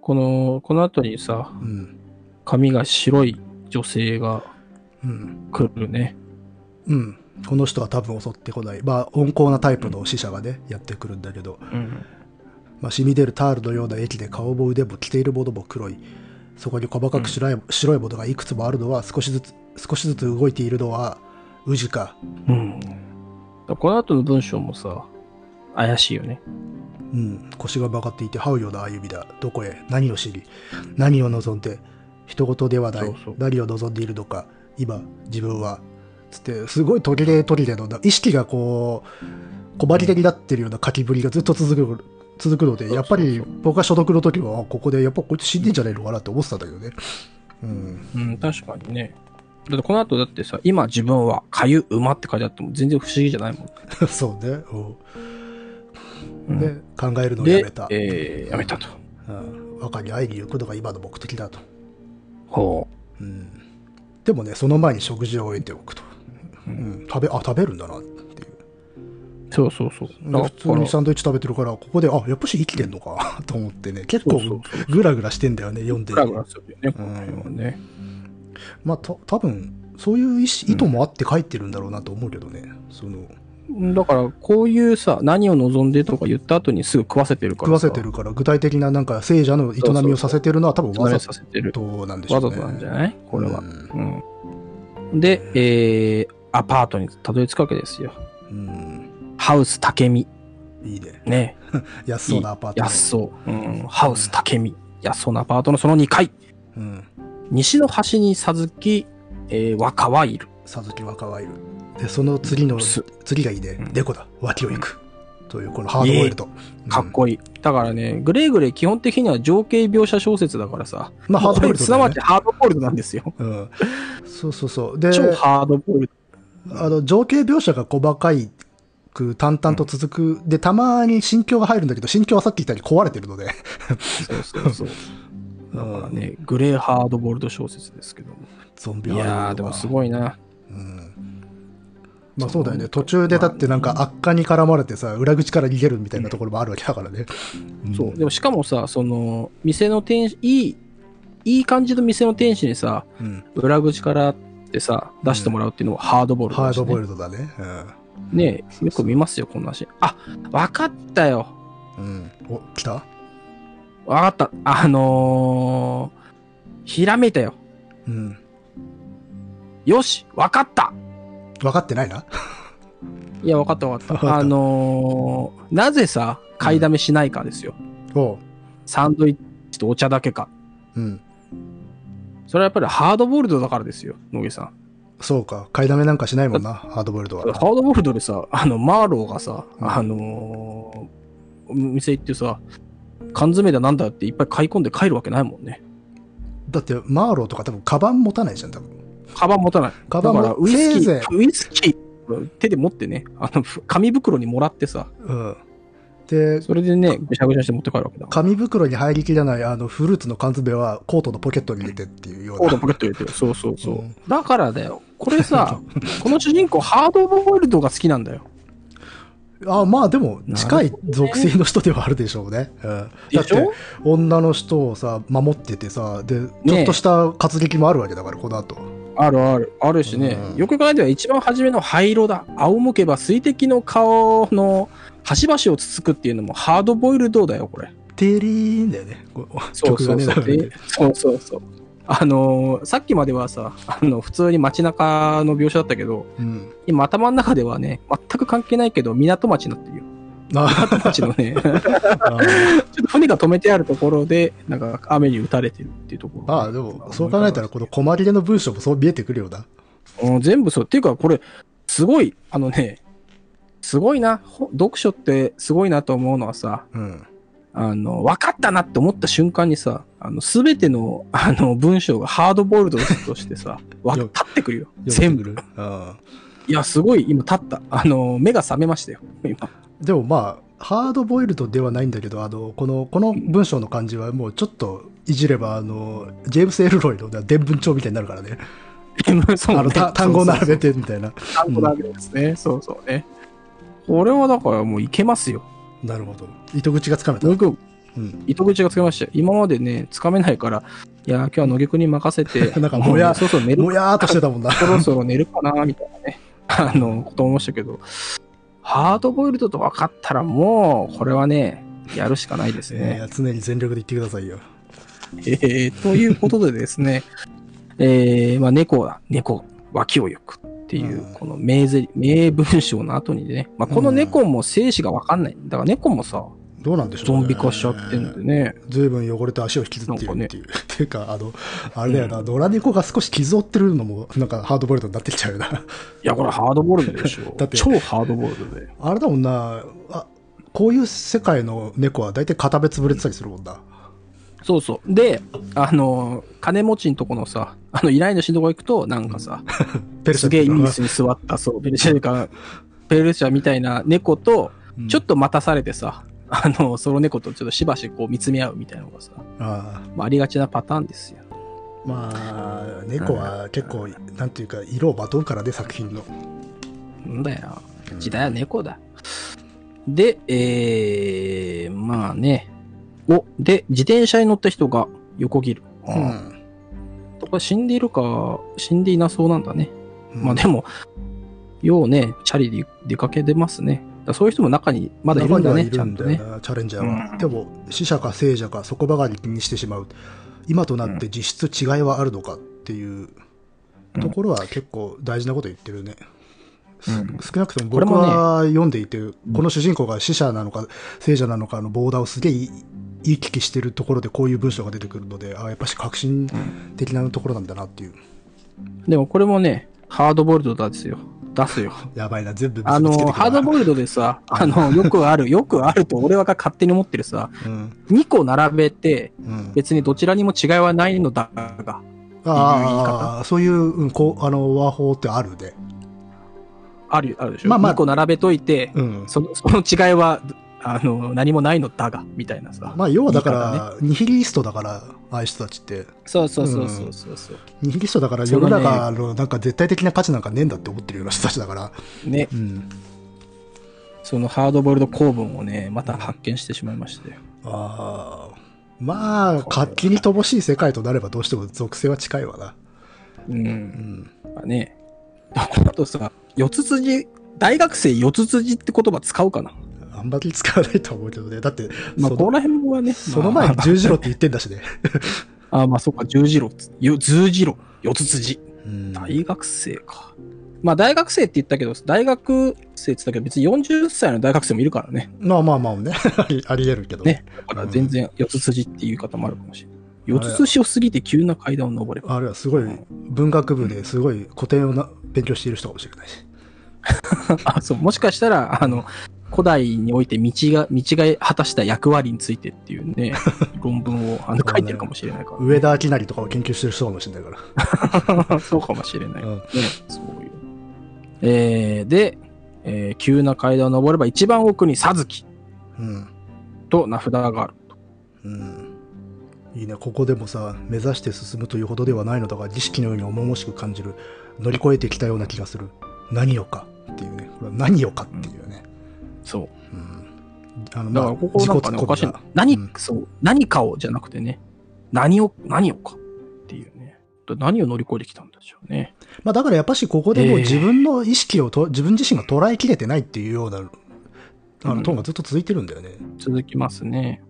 A: この、この後にさ、
B: うん
A: 髪が白い女性が
B: うん、
A: 来るね。
B: うん、この人は多分襲ってこないまあ温厚なタイプの死者がね、やってくるんだけど、
A: うん。
B: まあ、染み出るタールのような液で顔も腕も着ているものも黒いそこに細かく白い,、白いものがいくつもあるのは少しずつ少しずつ動いているのは宇治か。
A: うん。だからこの後の文章もさ、怪しいよね。
B: うん、腰が曲がっていて、這うような歩みだ。どこへ、何を知り、何を望んで、一言ではない、
A: そうそう
B: 何を望んでいるのか、今、自分は、つって、すごい途切れ途切れの、な意識がこう、小張り手になってるような書きぶりがずっと続く、続くの
A: そうそ
B: で、
A: うそう
B: やっぱり僕が所属の時は、あここで、やっぱこいつ死んでんじゃないのかなって思ってたんだけどね。うん、
A: うん、確かにね。だってこの後だってさ、今自分はかゆ馬って書いてあっても全然不思議じゃないもん。
B: そうね、うん
A: うん
B: で、考えるのを
A: で
B: やめた。
A: えーやめたと。
B: うん、若に会いに行くのが今の目的だと。
A: ほ
B: うん、でもねその前に食事を終えておくと、う
A: うん
B: ん食べあ食べるんだなっていう
A: う。そうそうそう。
B: で普通に
A: さ、
B: サンドイッチ食べてるからここであやっぱし生きてんのか と思ってね結
A: そ
B: 構
A: うそうそう。
B: グラグラしてんだよね読んで
A: グラグラするよね、この辺はね。
B: まあと多分そういう意思意図もあって書いてるんだろうなと思うけどね、その
A: だから、こういうさ、何を望んでとか言った後にすぐ食わせてるから
B: 食わせて
A: る。
B: るから具体的ななんか聖者の営みをさせてるのは多分
A: 食わ
B: わ
A: れ
B: ざ
A: させてる。
B: となんでしょ
A: わ
B: うね
A: ざとなんじゃないこれは
B: う。ん
A: うん。で、えー、アパートにたどり着くわけですよ。
B: うん
A: ハウス竹見。
B: いいね
A: ね。
B: 安そうなアパートね
A: 安そう。うん。ハウス竹見。安そうなアパートのその2階。
B: うん
A: 西の端にさずき、えー、若はいる。
B: 佐々木若はいるでその次の
A: す
B: 次がいいね、
A: うん
B: デコだ脇を行く、というこのハードボイルド
A: かっこいい。だからね、グレーグレー基本的には情景描写小説だからさ。
B: うんまあハードボイルド
A: すな
B: だよ
A: わ
B: ね
A: ちハードボイルドなんですよ。
B: うん、そうそうそうで
A: 超ハードボイル
B: あの情景描写が細かいく淡々と続く、でたまに心境が入るんだけど心境はさっき言ったように壊れてるので、
A: ド。そうそう そう。だから
B: うん
A: ね、グレーハードボイルド小説ですけども。
B: ゾンビ
A: い
B: ハードボイルド
A: やー、でもすごいな。
B: うんまあそうだよね途中でだってなんか悪化に絡まれてさ裏口から逃げるみたいなところもあるわけだからね、ん
A: そう。でもしかもさ、その、店の店主、いい、いい感じの店の店主にさ、
B: うん
A: 裏口からってさ、出してもらうっていうのはハードボイルド
B: ハ
A: だ
B: ー
A: しね、
B: ドボイルドだねうん
A: ねえよく見ますよ、こんなシーン。あ、わかったよ。
B: うん、お来た
A: わかった。あのー、ひらめいたよ。
B: うん
A: よし、わかった
B: 分かってないない
A: や、わかった わかっ
B: わかった
A: た。あのー、なぜさ、買いだめしないかですよ。
B: おう
A: サンドイッチとお茶だけか。
B: うん
A: それはやっぱりハードボイルドだからですよ、野毛さん。
B: そうか買いだめなんかしないもんなハードボイルド
A: ハ
B: は
A: ードボイルドでさ、あの、マーローがさ、
B: うん
A: あのー、店行ってさ、缶詰だなんだっていっぱい買い込んで帰るわけないもんね。
B: だってマーローとか多分カバン持たないじゃん多分
A: カバン持たない。
B: カバ
A: だ
B: ン
A: から
B: も
A: ウイス
B: せい
A: キ
B: ぜ
A: ー、ウイスキー、手で持ってね、あの、ふ紙袋にもらってさ、
B: い、うん、で
A: それでね、ぐしゃぐしゃして持って帰るわけだ。
B: 紙袋に入りきらないあのフルーツの缶詰はコートのポケットに入れてっていうよう
A: コー
B: な
A: ドポケット入れてる。そうそうそう。
B: うん
A: だからだよ。これ さ、この主人公、ハードボイルドが好きなんだよ。
B: あまあでも近い
A: なるほどね
B: 属性の人ではあるでしょうね、うん、だ
A: で
B: っ
A: しょ
B: て女の人をさ守っててさでちょっとした活劇もあるわけだからこの後
A: あるある。あるしね
B: う。ん
A: よく考えては一番初めの灰色だ。仰向けば水滴の顔の端々をつつくっていうのもハードボイルドだよ、これ。
B: テリーンだよねこう
A: そうそう
B: 曲
A: そ
B: が
A: う。
B: ね
A: でそうそうそう。あのーさっきまではさ、あの、普通に街中の描写だったけど、
B: うん
A: 今頭の中ではね、全く関係ないけど、港町になってるよ。
B: あ
A: 港町のね、ちょっ
B: あ
A: と船が止めてあるところで、なんか雨に打たれてるっていうところ。
B: まあでも、そう考えたら、この小まりれの文章もそう見えてくるような。
A: うん、全部そう。っていうか、これ、すごい、あのね、すごいな。ほ読書ってすごいなと思うのはさ、
B: うん。
A: あの、分かったなって思った瞬間にさ、あの、すべての、あの、文章がハードボイルドとして さ、わ、立ってくるよ。全部。
B: 部。うん。
A: いや、すごい、今立った。あの、目が覚めましたよ。今。
B: でもまあ、ハードボイルドではないんだけど、あの、この、この文章の感じはもうちょっといじれば、あの、ジェームス・エルロイの伝文帳みたいになるからね。
A: そ
B: あ
A: うね
B: の、た単語並べてみたいな。
A: 単語並べですね。そうそうね。これはだからもういけますよ。
B: なるほど。糸口がつかめた。
A: 僕、
B: うん。
A: 糸口がつけましたよ。今までね、つかめないから、いやー、今日は野毛くんに任せて、
B: なんかもや
A: うそうそう寝る
B: もやーっとしてたもん な。
A: そろそろ寝るかな、みたいなね、 あの、こと思いましたけど、ハードボイルドと分かったらもう、これはね、やるしかないです
B: い
A: ね。
B: や常に全力で言ってくださいよ。
A: えーということでですね、えー、まあ、猫だ、猫、脇をよく。っていうう、
B: ん
A: この名ゼリ、名文章の後にね。まあ、この猫も生死がわかんない。だから猫もさ、
B: どうなんでしょう
A: ゾンビ化しちゃってんでね。
B: ずいぶん汚れた足を引きずってい
A: なんか
B: る
A: ね
B: っていう。っていうか、あの、あれだよな、野良猫が少し傷を負ってるのも、なんかハードボイルドになってきちゃう よな。
A: いや、これハードボールドでしょ。
B: だって
A: 超ハードボールドで。
B: あれだもんな、あこういう世界の猫は大体片目潰れてたりするもんな。
A: そうそう。で、あの、金持ちのとこのさ、あの、依頼主のとこ行くと、なんかさ、
B: ペルシ
A: す
B: ャ
A: げえいい椅子に座った、そう、ペルシャか、ペルシャみたいな猫と、
B: うん
A: ちょっと待たされてさ、あの、その猫とちょっとしばしこう見つめ合うみたいなのがさ、
B: あ
A: まあ、ありがちなパターンですよ。
B: あまあ、猫は結構、なんていうか、色をまとうからね、作品の。
A: なんだよ。時代は猫だ。で、えー、まあね。お、で、自転車に乗った人が横切る。
B: う
A: あ
B: ん。
A: ーこれ死んでいるか、死んでいなそうなんだね。まあ
B: ね、
A: でも、ようね、チャリで出かけてますね。だそういう人も中にまだいるんだね、ちゃんとね。
B: チャレンジャーは。
A: うん
B: でも、死者か生者か、そこばかり気にしてしまう。今となって実質違いはあるのかっていうところは結構大事なこと言ってるね。す
A: うん
B: 少なくとも
A: これ
B: 僕
A: もね
B: は読んでいて、この主人公が死者なのか、生者なのかのボーダーをすげえい行き来してるところでこういう文章が出てくるので、あやっぱし革新的なところなんだなっていう。
A: でもこれもね、ハードボイルドだですよ。出 すよ。
B: やばいな、全部
A: あ
B: 結びつ
A: の、
B: けてくるな
A: ハードボイルドでさ、あの、よくある、よくあると俺はが勝手に思ってるさ、
B: うん。
A: 2個並べて、
B: うん、
A: 別にどちらにも違いはないのだが、
B: ああ、そういう、うん、こう、あの、和法ってあるで。
A: ある、あるでしょ。
B: まあまあ
A: 2個並べといて、
B: うん。
A: その、その違いは、あの、何もないのだが、みたいなさ。
B: まあ、要はだか
A: 言い
B: ら、ニヒリストだから、ああいう人たちって。
A: そうそうそうそうそうそう。
B: ニヒリストだから、
A: そ
B: 世
A: うだ
B: の
A: ね
B: 中の、なんか絶対的な価値なんかねえんだって思ってるような人たちだから。
A: ね、
B: うん。
A: そのハードボイルド構文をね、また発見してしまいましたよ。
B: ああ。まあ、活気に乏しい世界となれば、どうしても属性は近いわな。
A: う。
B: うんん。
A: まあね。あとさ、四つ筋、大学生四つ筋って言葉使うかな。
B: あんまり使わないと思うけどね。だって、
A: まあ、
B: そ
A: ここ
B: の
A: ら辺はね。
B: その前に
A: ま
B: 十字路って言ってんだしね。
A: あ、あまあ、そうか、十字路、よ十字路、四つ筋。
B: うん
A: 大学生か。まあ、大学生って言ったけど、大学生って言ったけど、別に40歳の大学生もいるからね。
B: まあまあまあね。 ありあり得るけど。
A: ね。だから全然、四つ筋っていう方もあるかもしれない。四つ筋を過ぎて急な階段を登れば。
B: あれはすごい文学部ですごい古典をな勉強している人かもしれないし。
A: あ、そう、もしかしたら、あの、古代において道が、道が果たした役割についてっていう ね、論文をあの書いてるかもしれないから、
B: 上田明成とかを研究してる人かもしれないから。
A: そうかもしれない。
B: う
A: ね
B: ん、
A: そういう。えーで、えー急な階段を登れば一番奥にさずき
B: うん。
A: と名札がある。
B: うん。いいね。ここでもさ、目指して進むというほどではないのだが、儀式のように重々しく感じる。乗り越えてきたような気がする。何をかっていうね。これは何をかっていうね。
A: そう。
B: うん。あの、
A: だからここなんかね、おかしいな。何、
B: うん
A: そう、何かをじゃなくてね、何を、何をかっていうね。何を乗り越えてきたんでしょうね。
B: まあだからやっぱしここでもう
A: ええ
B: 自分の意識をと、自分自身が捉えきれてないっていうような、あ
A: う
B: の、
A: ん
B: トーンがずっと続いてるんだよね。
A: 続きます ね。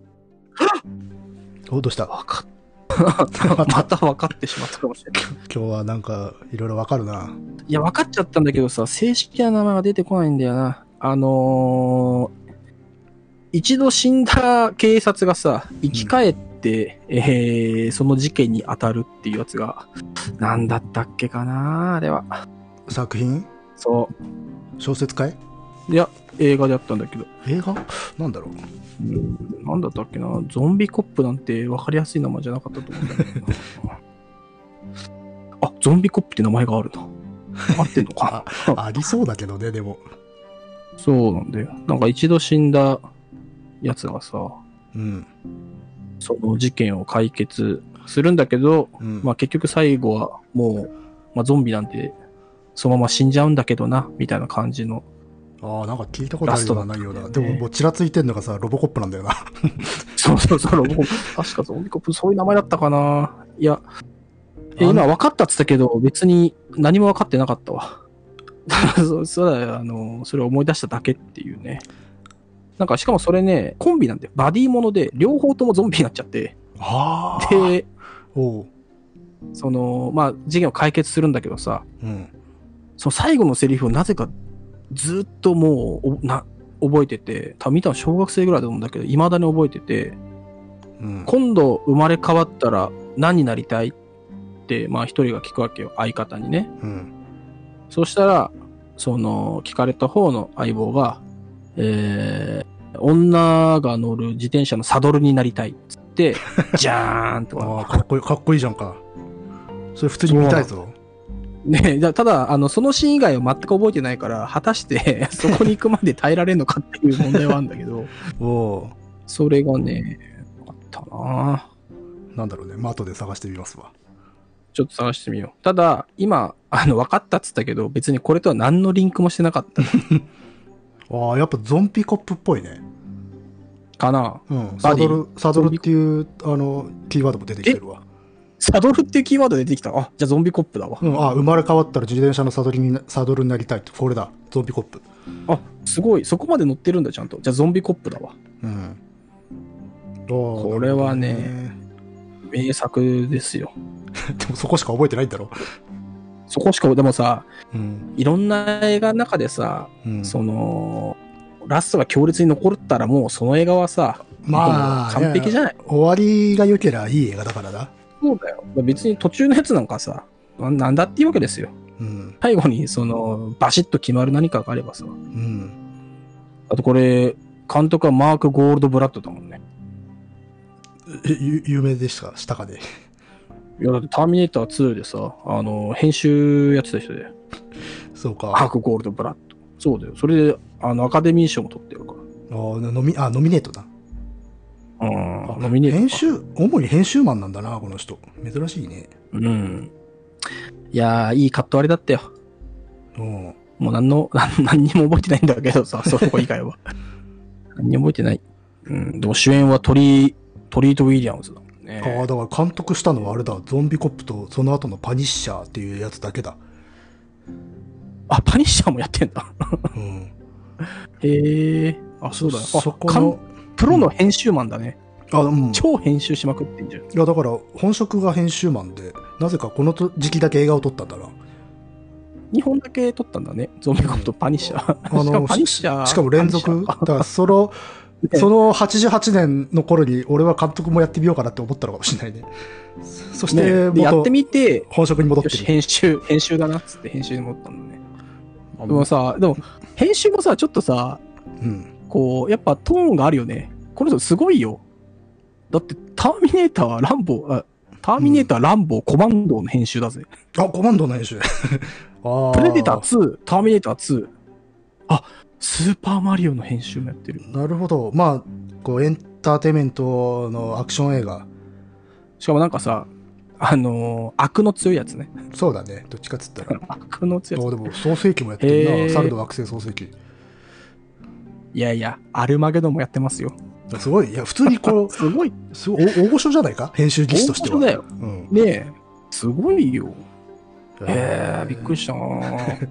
B: お、どうした
A: 分かった。
B: また
A: また分かってしまったかもしれない。
B: 今日はなんか、いろいろわかるな。
A: いや、分かっちゃったんだけどさ、正式な名前が出てこないんだよな。あのー、一度死んだ警察がさ、生き返って、えー、その事件に当たるっていうやつが、なんだったっけかなあれは。
B: 作品
A: そ
B: 小説会
A: う。いや、映画であったんだけど、
B: 映画なんだろう
A: うんなんだったっけなゾンビコップなんて分かりやすい名前じゃなかったと思うんだけど。あ、ゾンビコップって名前があるな。合ってんのかな
B: ありそうだけどね、でも。
A: そうなんだよ。なんか一度死んだやつがさ、
B: うん。
A: その事件を解決するんだけど、
B: うん、
A: まあ結局最後はもう、まあゾンビなんてそのまま死んじゃうんだけどな、みたいな感じの。
B: ああ、なんか聞いたことあるような、ないような。
A: ラス
B: で
A: トだったんだよね
B: も、もうちらついてんのがさ、ロボコップなんだよな。
A: そうそうそう、もう確かゾンビコップそういう名前だったかな。いや、え
B: あん
A: 今分かったっつったけど、別に何も分かってなかったわ。 そうそうだよあの、それを思い出しただけっていうね。なんかしかもそれね、コンビなんだよ。バディもので、両方ともゾンビになっちゃって。
B: ああ。
A: で、
B: おう。
A: その、まあ、事件を解決するんだけどさ、
B: うん。
A: その最後のセリフをなぜかずっともうおな覚えてて、多分見たの小学生ぐらいだと思うんだけど、未だに覚えてて、
B: うん
A: 今度生まれ変わったら何になりたいって、まあ一人が聞くわけよ、相方にね。
B: うん
A: そしたら、その、聞かれた方の相棒が、えー、女が乗る自転車のサドルになりたいっつって、じゃーんと
B: ああ
A: か。
B: かっこいいかっこいいじゃんかそれ普通に見たいぞ
A: ね、だただ、あの、そのシーン以外は全く覚えてないから、果たして、そこに行くまで耐えられるのかっていう問題はあるんだけど、
B: おお
A: それがね、あったなぁ
B: ーなんだろうねまあ後で探してみますわ
A: ちょっと探してみよう。ただ、今、あの、分かったっつったけど、別にこれとは何のリンクもしてなかった
B: ああやっぱゾンビコップっぽいね
A: かな
B: うん
A: バ
B: サ
A: ディ
B: ドルサドルっていうあのキーワードも出てきてるわ
A: サドルっていうキーワード出てきた。あ、じゃあゾンビコップだわ。
B: うん、あ生まれ変わったら自転車のサドルになサドルになりたいってこれだゾンビコップ
A: あ、すごい。そこまで載ってるんだ、ちゃんと。じゃあゾンビコップだわ。
B: うんこ
A: れはね名作ですよ。
B: でもそこしか覚えてないんだろ
A: そこしか、でもさ、
B: うん、
A: いろんな映画の中でさ、
B: うん、
A: その、ラストが強烈に残ったらもうその映画はさ、
B: ま
A: も
B: あ
A: う完璧じゃない
B: いや終わりが良けりゃいい映画だからだ
A: そうだよ。別に途中のやつなんかさ、ななんだっていうわけですよ。
B: うん
A: 最後にその、バシッと決まる何かがあればさ。
B: うん
A: あとこれ、監督はマーク・ゴールド・ブラッドだもんね。
B: えゆ有名で したしたかね
A: いや、だってターミネーター2でさ、あの、編集やってた人で、
B: そうか
A: マーク・ゴールド・ブラッド。そうだよ。それで、あの、アカデミー賞も取ってるか
B: あノミあノミネートだ
A: ら。うん。
B: あ
A: ノミネートか
B: 編集主に編集マンなんだなこの人珍しいね
A: うん。いやー、いいカット割りだったよ。
B: うん
A: もう何の、 何何にも覚えてないんだけど さ、そこ以外は。何にも覚えてない。うん、でも主演はトリー、トリート・ウィリアムズだもんね。
B: ああだから監督したのはあれだゾンビコップとその後のパニッシャーっていうやつだけだ
A: あ、パニッシャーもやってんだ。
B: うん
A: へえ。あ、そうだよ。あ
B: そこの
A: かんプロの編集マンだね。
B: あ、うん、い
A: 超編集しまくってんじゃん。
B: やだから本職が編集マンでなぜかこのと時期だけ映画を撮ったんだな
A: 2本だけ撮ったんだね。ゾンビコップとパニッシャー。
B: あ の
A: しかもパニッシャー。
B: しかも連続だ
A: パ
B: からその
A: ニッシャー
B: その88年の頃に俺は監督もやってみようかなって思ったのかもしれないねそそし
A: ね
B: て
A: でやっ
B: 元
A: てみて、
B: 本職に戻っ
A: よ
B: て
A: し、
B: る
A: 編集、編集だなっつって編集に戻ったんだね。
B: あ
A: でもさ、でも、編集もさ、ちょっとさ、
B: うん
A: こう、やっぱトーンがあるよね。この人すごいよ。だって、ターミネーター、ランボー、あターミネーター、ランボー、コマンドーの編集だぜ。
B: あコマンドの編集あ
A: プレデター2、ターミネーター2。あ、スーパーマリオの編集もやってる。
B: なるほどまあこうエンターテインメントのアクション映画
A: しかもなんかさ、あのー、悪の強いやつね。
B: そうだねどっちかっつったら
A: 悪の強いや
B: あでも創世記もやってる
A: へ
B: な
A: ー
B: 猿の惑星創世記
A: つ。いやいや、アルマゲドンもやってますよ。
B: すごいいや普通にこ
A: すごい。
B: うすごい 大大御所じゃないか編集技師としては
A: 大御所だよ
B: うん、
A: ねえ、すごいよ。え
B: え
A: えびっくりしたなー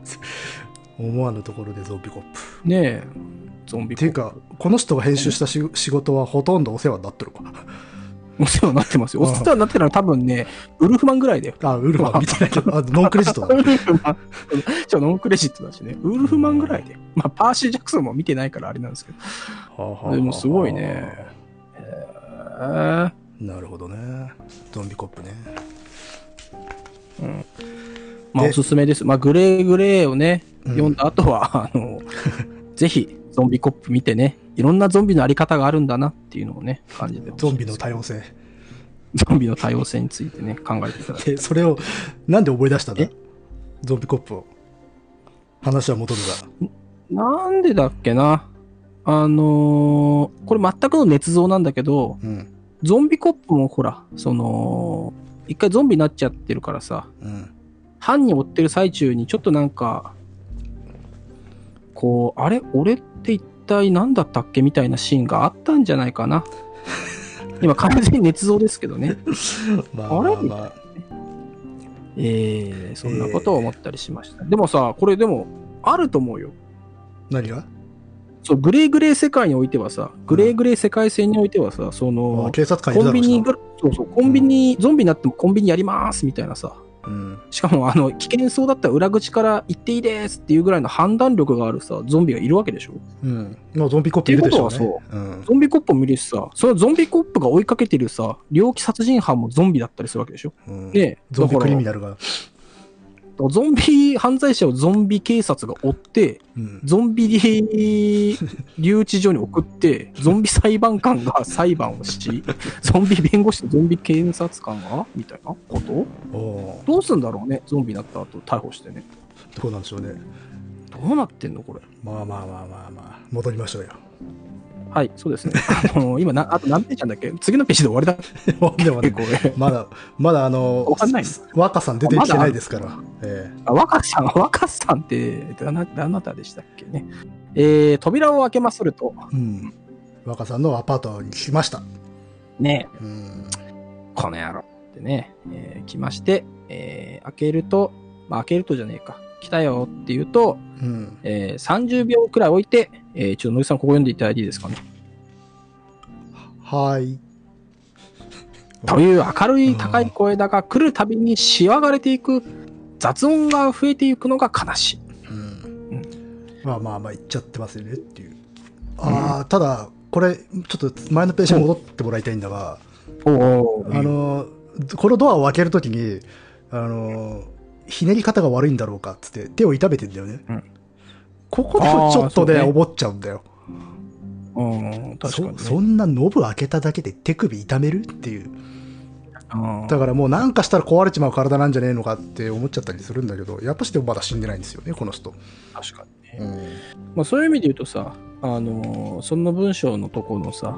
B: 思わぬところでゾンビコップ
A: ねえ、ゾンビ
B: っていうかこの人が編集したし仕事はほとんどお世話になってるか
A: お世話になってますよ。
B: う
A: お
B: ん
A: 世話になってるのは多分ね、ウルフマンぐ らいだよ。
B: あウルフマン見てないけどあノンクレジッ トだ
A: ウルフマン、ちょ、ノンクレジットだしね。ウルフマンぐらいで。まあ、パーシー・ジャクソンも見てないからあれなんですけど。でもすごいねえ
B: なるほどねゾンビコップね
A: まあ、
B: で
A: おすすめです。まあ、グレーグレーをね、
B: うん
A: 読んだ後は、あ の、ぜひ、ゾンビコップ見てね、いろんなゾンビのあり方があるんだなっていうのをね、感じてほしい
B: ゾンビの多様性
A: ゾンビの多様性についてね、考えていただいて。
B: でそれをなんで思い出したんだ
A: え
B: ゾンビコップを話は戻る
A: なんでだっけなあのーこれ全くの捏造なんだけど、
B: がうん
A: ゾンビコップもほら、その、一回ゾンビになっちゃってるからさ、
B: うん
A: 犯人追ってる最中にちょっとなんか、こう、あれ俺って一体何だったっけみたいなシーンがあったんじゃないかな。今完全に捏造ですけどね。
B: まあ
A: あれ
B: まあ
A: えー、そんなことを思ったりしました。でもさ、これでも、あると思うよ。
B: 何が
A: そう、グレーグレー世界においてはさ、グレーグレー世界線においてはさ、そ
B: まあ
A: の、
B: 警察官いる
A: コ
B: だ
A: ンビ
B: ろうし
A: ニ
B: な
A: ぐらそうそう、コンビニ、ゾンビになってもコンビニやりますみたいなさ、
B: うん。
A: しかも、あの、危険そうだったら裏口から行っていいですっていうぐらいの判断力があるさ、ゾンビがいるわけでしょ
B: うん。まあ、ゾンビコップいるでしょうね。
A: っていうこ
B: うん。
A: ゾンビコップもいるしさ、そのゾンビコップが追いかけてるさ、猟奇殺人犯もゾンビだったりするわけでしょ
B: うん
A: ね
B: ゾンビ
A: だか
B: ク
A: ら
B: リミナルが。
A: ゾンビ犯罪者をゾンビ警察が追って、
B: うん。
A: ゾンビ留置所に送 って、ゾンビ裁判官が裁判をし、ゾンビ弁護士とゾンビ検察官がみたいなこと
B: おー
A: どうすんだろうね、ゾンビになった後逮捕してね。
B: どうなんでしょうね。
A: どうなってんのこれ。
B: まあまあまあまあまあ、戻りましょうよ。
A: はい、そうですね。あの今な、あと何ページなんだっけ次のページで終わりだっ
B: でも
A: け
B: ね、
A: これ。
B: まだ、まだあの
A: わかんないの、
B: 若さん出てきてないですから。え
A: あ若さん、若さんって、あなあなたでしたっけね。えー、扉を開けますると、
B: えうん。若さんのアパートに来ました。
A: ね、
B: うん。
A: この野郎ってね、えー来まして、えー開けると、まあ、開けるとじゃねえか。来たよって言うと、
B: うん。
A: えー30秒くらい置いて、えーちょっと野木さんここ読んでいただいていいですかね。
B: はい。
A: という明るい高い声だが来るたびにしわがれていく雑音が増えていくのが悲しい。
B: うん。まあまあまあ、言っちゃってますよねっていう。ああ、ただ、これ、ちょっと前のページに戻ってもらいたいんだが、
A: お
B: あの、このドアを開けるときに、あの、ひねり方が悪いんだろうかっつって手を痛めてんだよね。
A: うん
B: ここでもちょっと
A: あー
B: ね、
A: そうね
B: 思っちゃうんだよ。
A: うん、確かにね、
B: そそんなノブ開けただけで手首痛めるっていう。
A: うん
B: だからもうなんかしたら壊れちまう体なんじゃねえのかって思っちゃったりするんだけど、やっぱしでもまだ死んでないんですよね、この人。
A: 確かにね。
B: うん。
A: まあ、そういう意味で言うとさ、あのーその文章のとこのさ、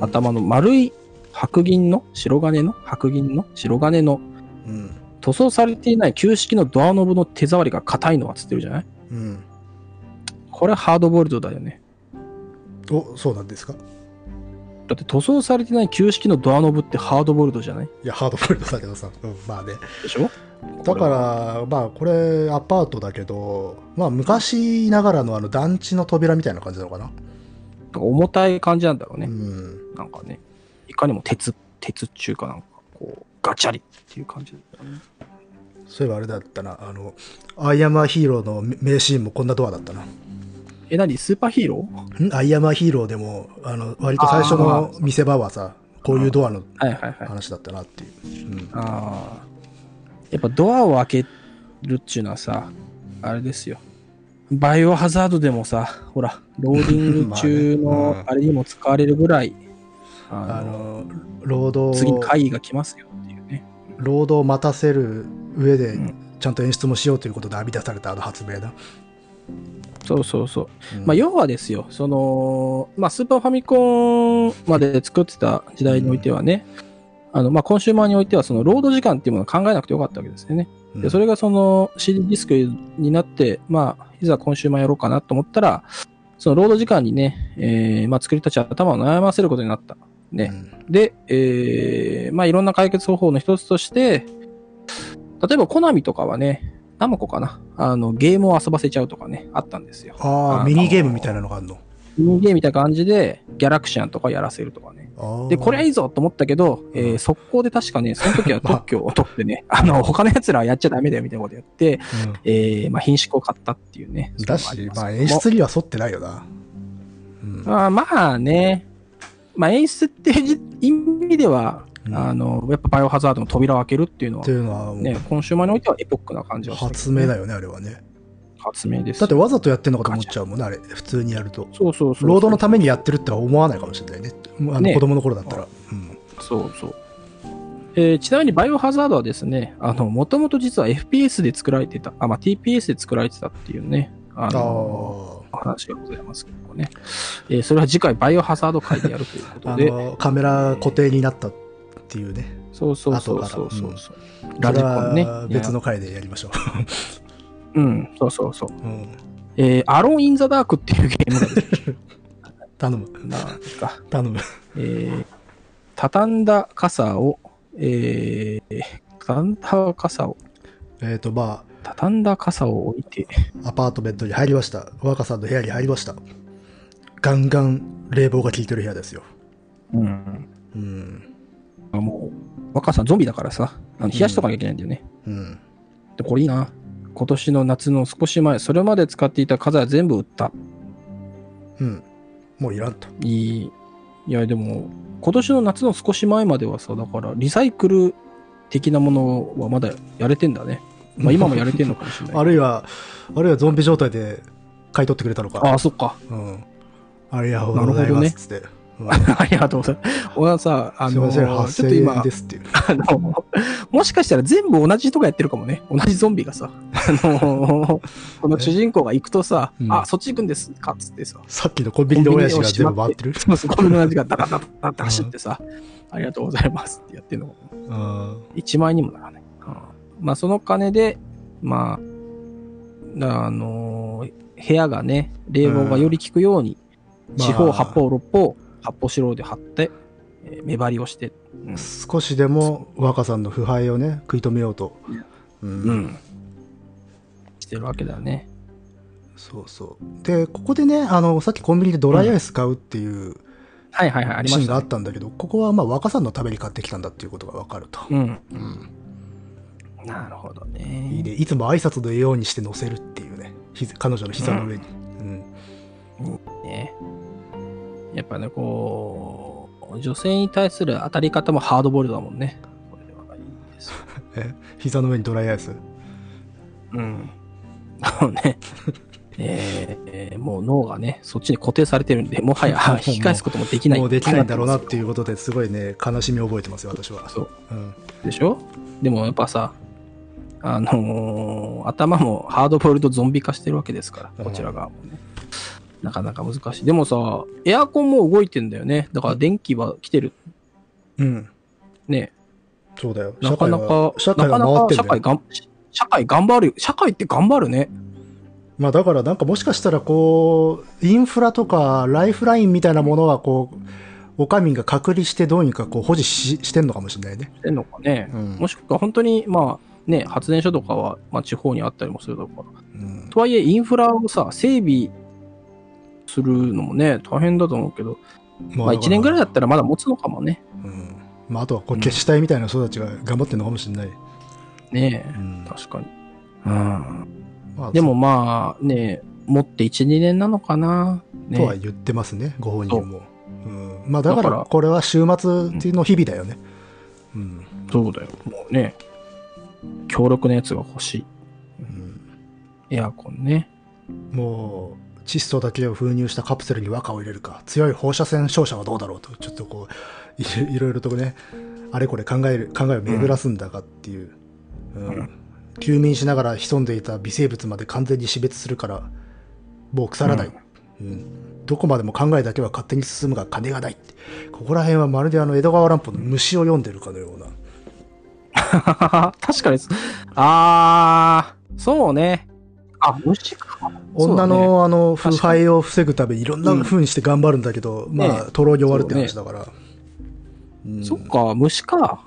A: 頭の丸い白銀の白金の白銀の白金の
B: うん。
A: 塗装されていない旧式のドアノブの手触りが硬いのはつってるじゃない
B: うん。
A: これハードボイルドだよね。
B: お、そうなんですか
A: だって塗装されてない旧式のドアノブってハードボイルドじゃない
B: いや、ハードボイルドだけどさ。うん、まあね。
A: でしょ
B: だから、まあこれ、アパートだけど、まあ昔ながらのあの団地の扉みたいな感じなのかな。
A: ら重たい感じなんだろう
B: う
A: ね。
B: ん。
A: なんかね。いかにも鉄、鉄っちゅうかなんかこうガチャリっていう感じだったね。
B: そういえばあれだったな、あの、アイアムアヒーローの名シーンもこんなドアだったな。
A: え、なにスーパーヒーロー
B: んアイアムアヒーローでも、あの、割と最初の見せ場はさ、こういうドアの
A: はいはいはい。
B: 話だったなっていう。うん。
A: ああ。やっぱドアを開けるっちゅうのはさ、あれですよ。バイオハザードでもさ、ほら、ローディング中
B: まあね
A: の
B: うん
A: あれにも使われるぐらい、あの
B: あの、労働
A: 次に
B: を、
A: 会議が来ますよっていうね。
B: 労働を待たせる上で
A: うん、
B: ちゃんと演出もしようということで編み出されたあの発明だ。
A: そうそうそう。
B: うん
A: まあ、要はですよ、その、まあ、スーパーファミコンまで作ってた時代においてはね、あの、まあ、コンシューマーにおいては、その、労働時間っていうものを考えなくてよかったわけですよね。で、それがその CD ディスクになって、まあ、いざ今週もやろうかなと思ったら、その労働時間にね、えーまあ、作りたち頭を悩ませることになった。
B: う
A: ね。
B: ん
A: で、えーまあ、いろんな解決方法の一つとして、例えば、コナミとかはね、ナムコかな。あの、ゲームを遊ばせちゃうとかね、あったんですよ。
B: あ
A: あ
B: あ、
A: の
B: ミニゲームみたいなのがあるの。
A: 人間みたいな感じで、ギャラクシアンとかやらせるとかね。
B: あー
A: で、これはいいぞと思ったけど、えー速攻で確かね、その時は特許を取ってね、あの、他の奴らはやっちゃダメだよみたいなことやって、
B: うん
A: えーまあ、品種を買ったっていうね。
B: だ
A: そうい
B: し
A: う、の
B: ま
A: が
B: あ
A: り
B: 演
A: すけ
B: 出には沿ってないよな。うん
A: ども。まあ、まあね、まあ、演出って意味では、
B: うん
A: あの、やっぱバイオハザードの扉を開けるっていうの
B: っ
A: は
B: て、いうのはも
A: ね、今週までにおいてはエポックな感じ
B: う
A: はするけどね、
B: 発明だよね、あれはね。
A: 発明です。
B: だって、わざとやってんのかと思っちゃうもんね、あれ、普通にやると。
A: そうそうそう。
B: 労働のためにやってるっては思わないかもしれないね。あの
A: ね
B: 子供の頃だったら。うん
A: そうそう。えーちなみにバイオハザードはですね、あの、もともと実は FPS で作られてた、あ、まあ、TPS で作られてたっていうね、あ
B: あ
A: の、お
B: ー
A: 話がございますけどもね。えーそれは次回バイオハザード会でやるというこ
B: あ
A: とで、
B: の、カメラ固定になったっていうね。
A: そうそうそうそうそうそう。
B: そ
A: ラ
B: れ
A: ジコンね
B: は。別の回でやりましょ
A: うん、そうそうそう。
B: う。うん
A: えー、アローン・イン・ザ・ダークっていうゲームなんです
B: 頼む、
A: なんか、
B: 頼む。
A: えー、畳んだ傘を、えー、畳んだ傘を、
B: えっと、ま
A: 畳んだ傘を置いて、
B: あ、アパートメントに入りました。若さんの部屋に入りました。ガンガン冷房が効いてる部屋ですよ。
A: うん、
B: うん。
A: もう、若さんゾンビだからさ、あの冷やしとかなきゃいけないんだよね。
B: うん。
A: で、これいいな。今年の夏の少し前、それまで使っていた風は全部売った。
B: うん。もういらんと。
A: いい。いや、でも、今年の夏の少し前まではさ、だから、リサイクル的なものはまだやれてんだね。まあ、今もやれてんのかもしれない。
B: あるいは、あるいはゾンビ状態で買い取ってくれたのか。
A: ああ、そっか。
B: うん。ありがとうございます。つって。うん
A: ありがとうございます。俺はさ、あ
B: すいま
A: の、ち
B: せん、
A: ょっと
B: 8000円
A: 今
B: で、すっていう。
A: あの、もしかしたら全部同じ人がやってるかもね。同じゾンビがさ、あの、この主人公が行くとさ
B: う、ん
A: あ、そっち行くんですかっつって さ、
B: さっきのコンビニの親父が全部回ってる。
A: そのそこの同じがダダダダダって走ってさ、ありがとうございますってやってるの。
B: うん。
A: 1万円にもならない。うんまあ、その金で、まあ、だあのー部屋がね、冷房がより効くように、
B: ん
A: 四方
B: まあ
A: 八方六方、八方四郎で張って、えー目張りをして、うん
B: 少しでも若さんの腐敗をね、食い止めようと。う
A: う。ん、してるわけだね。
B: そうそう。で、ここでね、あの、さっきコンビニでドライアイス買うっていう
A: はいはいはい、あり
B: シ
A: ま
B: ーン
A: し
B: があ
A: た、
B: ったんだけど、ここはまあ若さんのために買ってきたんだっていうことがわかると。
A: うん。
B: うん。
A: なるほどね。
B: いいね。いつも挨拶のようにして乗せるっていうね。ひ彼女の膝の上に。うん。
A: ねやっぱね、こう、女性に対する当たり方もハードボイルドだもんね。これはいいですよ
B: え膝の上にドライアイス。
A: うん。あのね、えーえーもう脳がね、そっちに固定されてるんで、もはや引き返すこともできない。
B: もうできないんだろうなっていうことですごいね、悲しみを覚えてますよ、私は。
A: そう
B: うん。
A: でしょでもやっぱさ、あのー頭もハードボイルドゾンビ化してるわけですから、こちら側もね。なかなか難しい。でもさ、エアコンも動いてんだよね。だから電気は来てる。
B: うん。
A: ね。
B: そうだよ。
A: なかなか、
B: 社会
A: なか
B: は
A: な
B: 回っ
A: か
B: て
A: 社
B: るんだ
A: 会
B: よ。
A: がん、社会頑張るよ。社会って頑張るね。
B: まあだからなんかもしかしたらこう、インフラとかライフラインみたいなものはこう、おかみが隔離してどうにかこう保持ししてんのかもしれないね。
A: してんのかね。
B: うん
A: もしくは本当に、まあ、ね、発電所とかは、まあ、地方にあったりもするだろうから。
B: うん
A: とはいえ、インフラをさ、整備するのもね、大変だと思うけど、まあ、1年ぐらいだったらまだ持つのかもね。
B: うんまあ、あとはこう決死隊みたいな人たちが頑張ってるのかもしれない、
A: ね
B: う
A: え、
B: ん
A: 確かに。うん。
B: まあ
A: でもまあね、持って1、2年なのかな。ね、
B: とは言ってますねご本人も、うんまあ、だか
A: だからら
B: これは週末っていうの日々だよね、うん
A: そうだよ。もうね、強力なやつが欲し
B: うん
A: い。エアコンね。
B: もう窒素だけを封入したカプセルに和歌を入れるか強い放射線照射はどうだろうとちょっとこういろいろいろとねあれこれ考える考えを巡らすんだかっていう、うん
A: うん
B: 休眠しながら潜んでいた微生物まで完全に死滅するからもう腐らない、
A: うん
B: うんどこまでも考えだけは勝手に進むが金がないってここら辺はまるであの江戸川乱歩の虫を読んでるかのような、
A: 確かにそ、あー、そうね。あ、虫か。
B: 女
A: そうだね
B: のあの腐敗を防ぐためにいろんな風にして頑張るんだけど、まあとろに終わるって話だから、うん
A: そっか、虫か。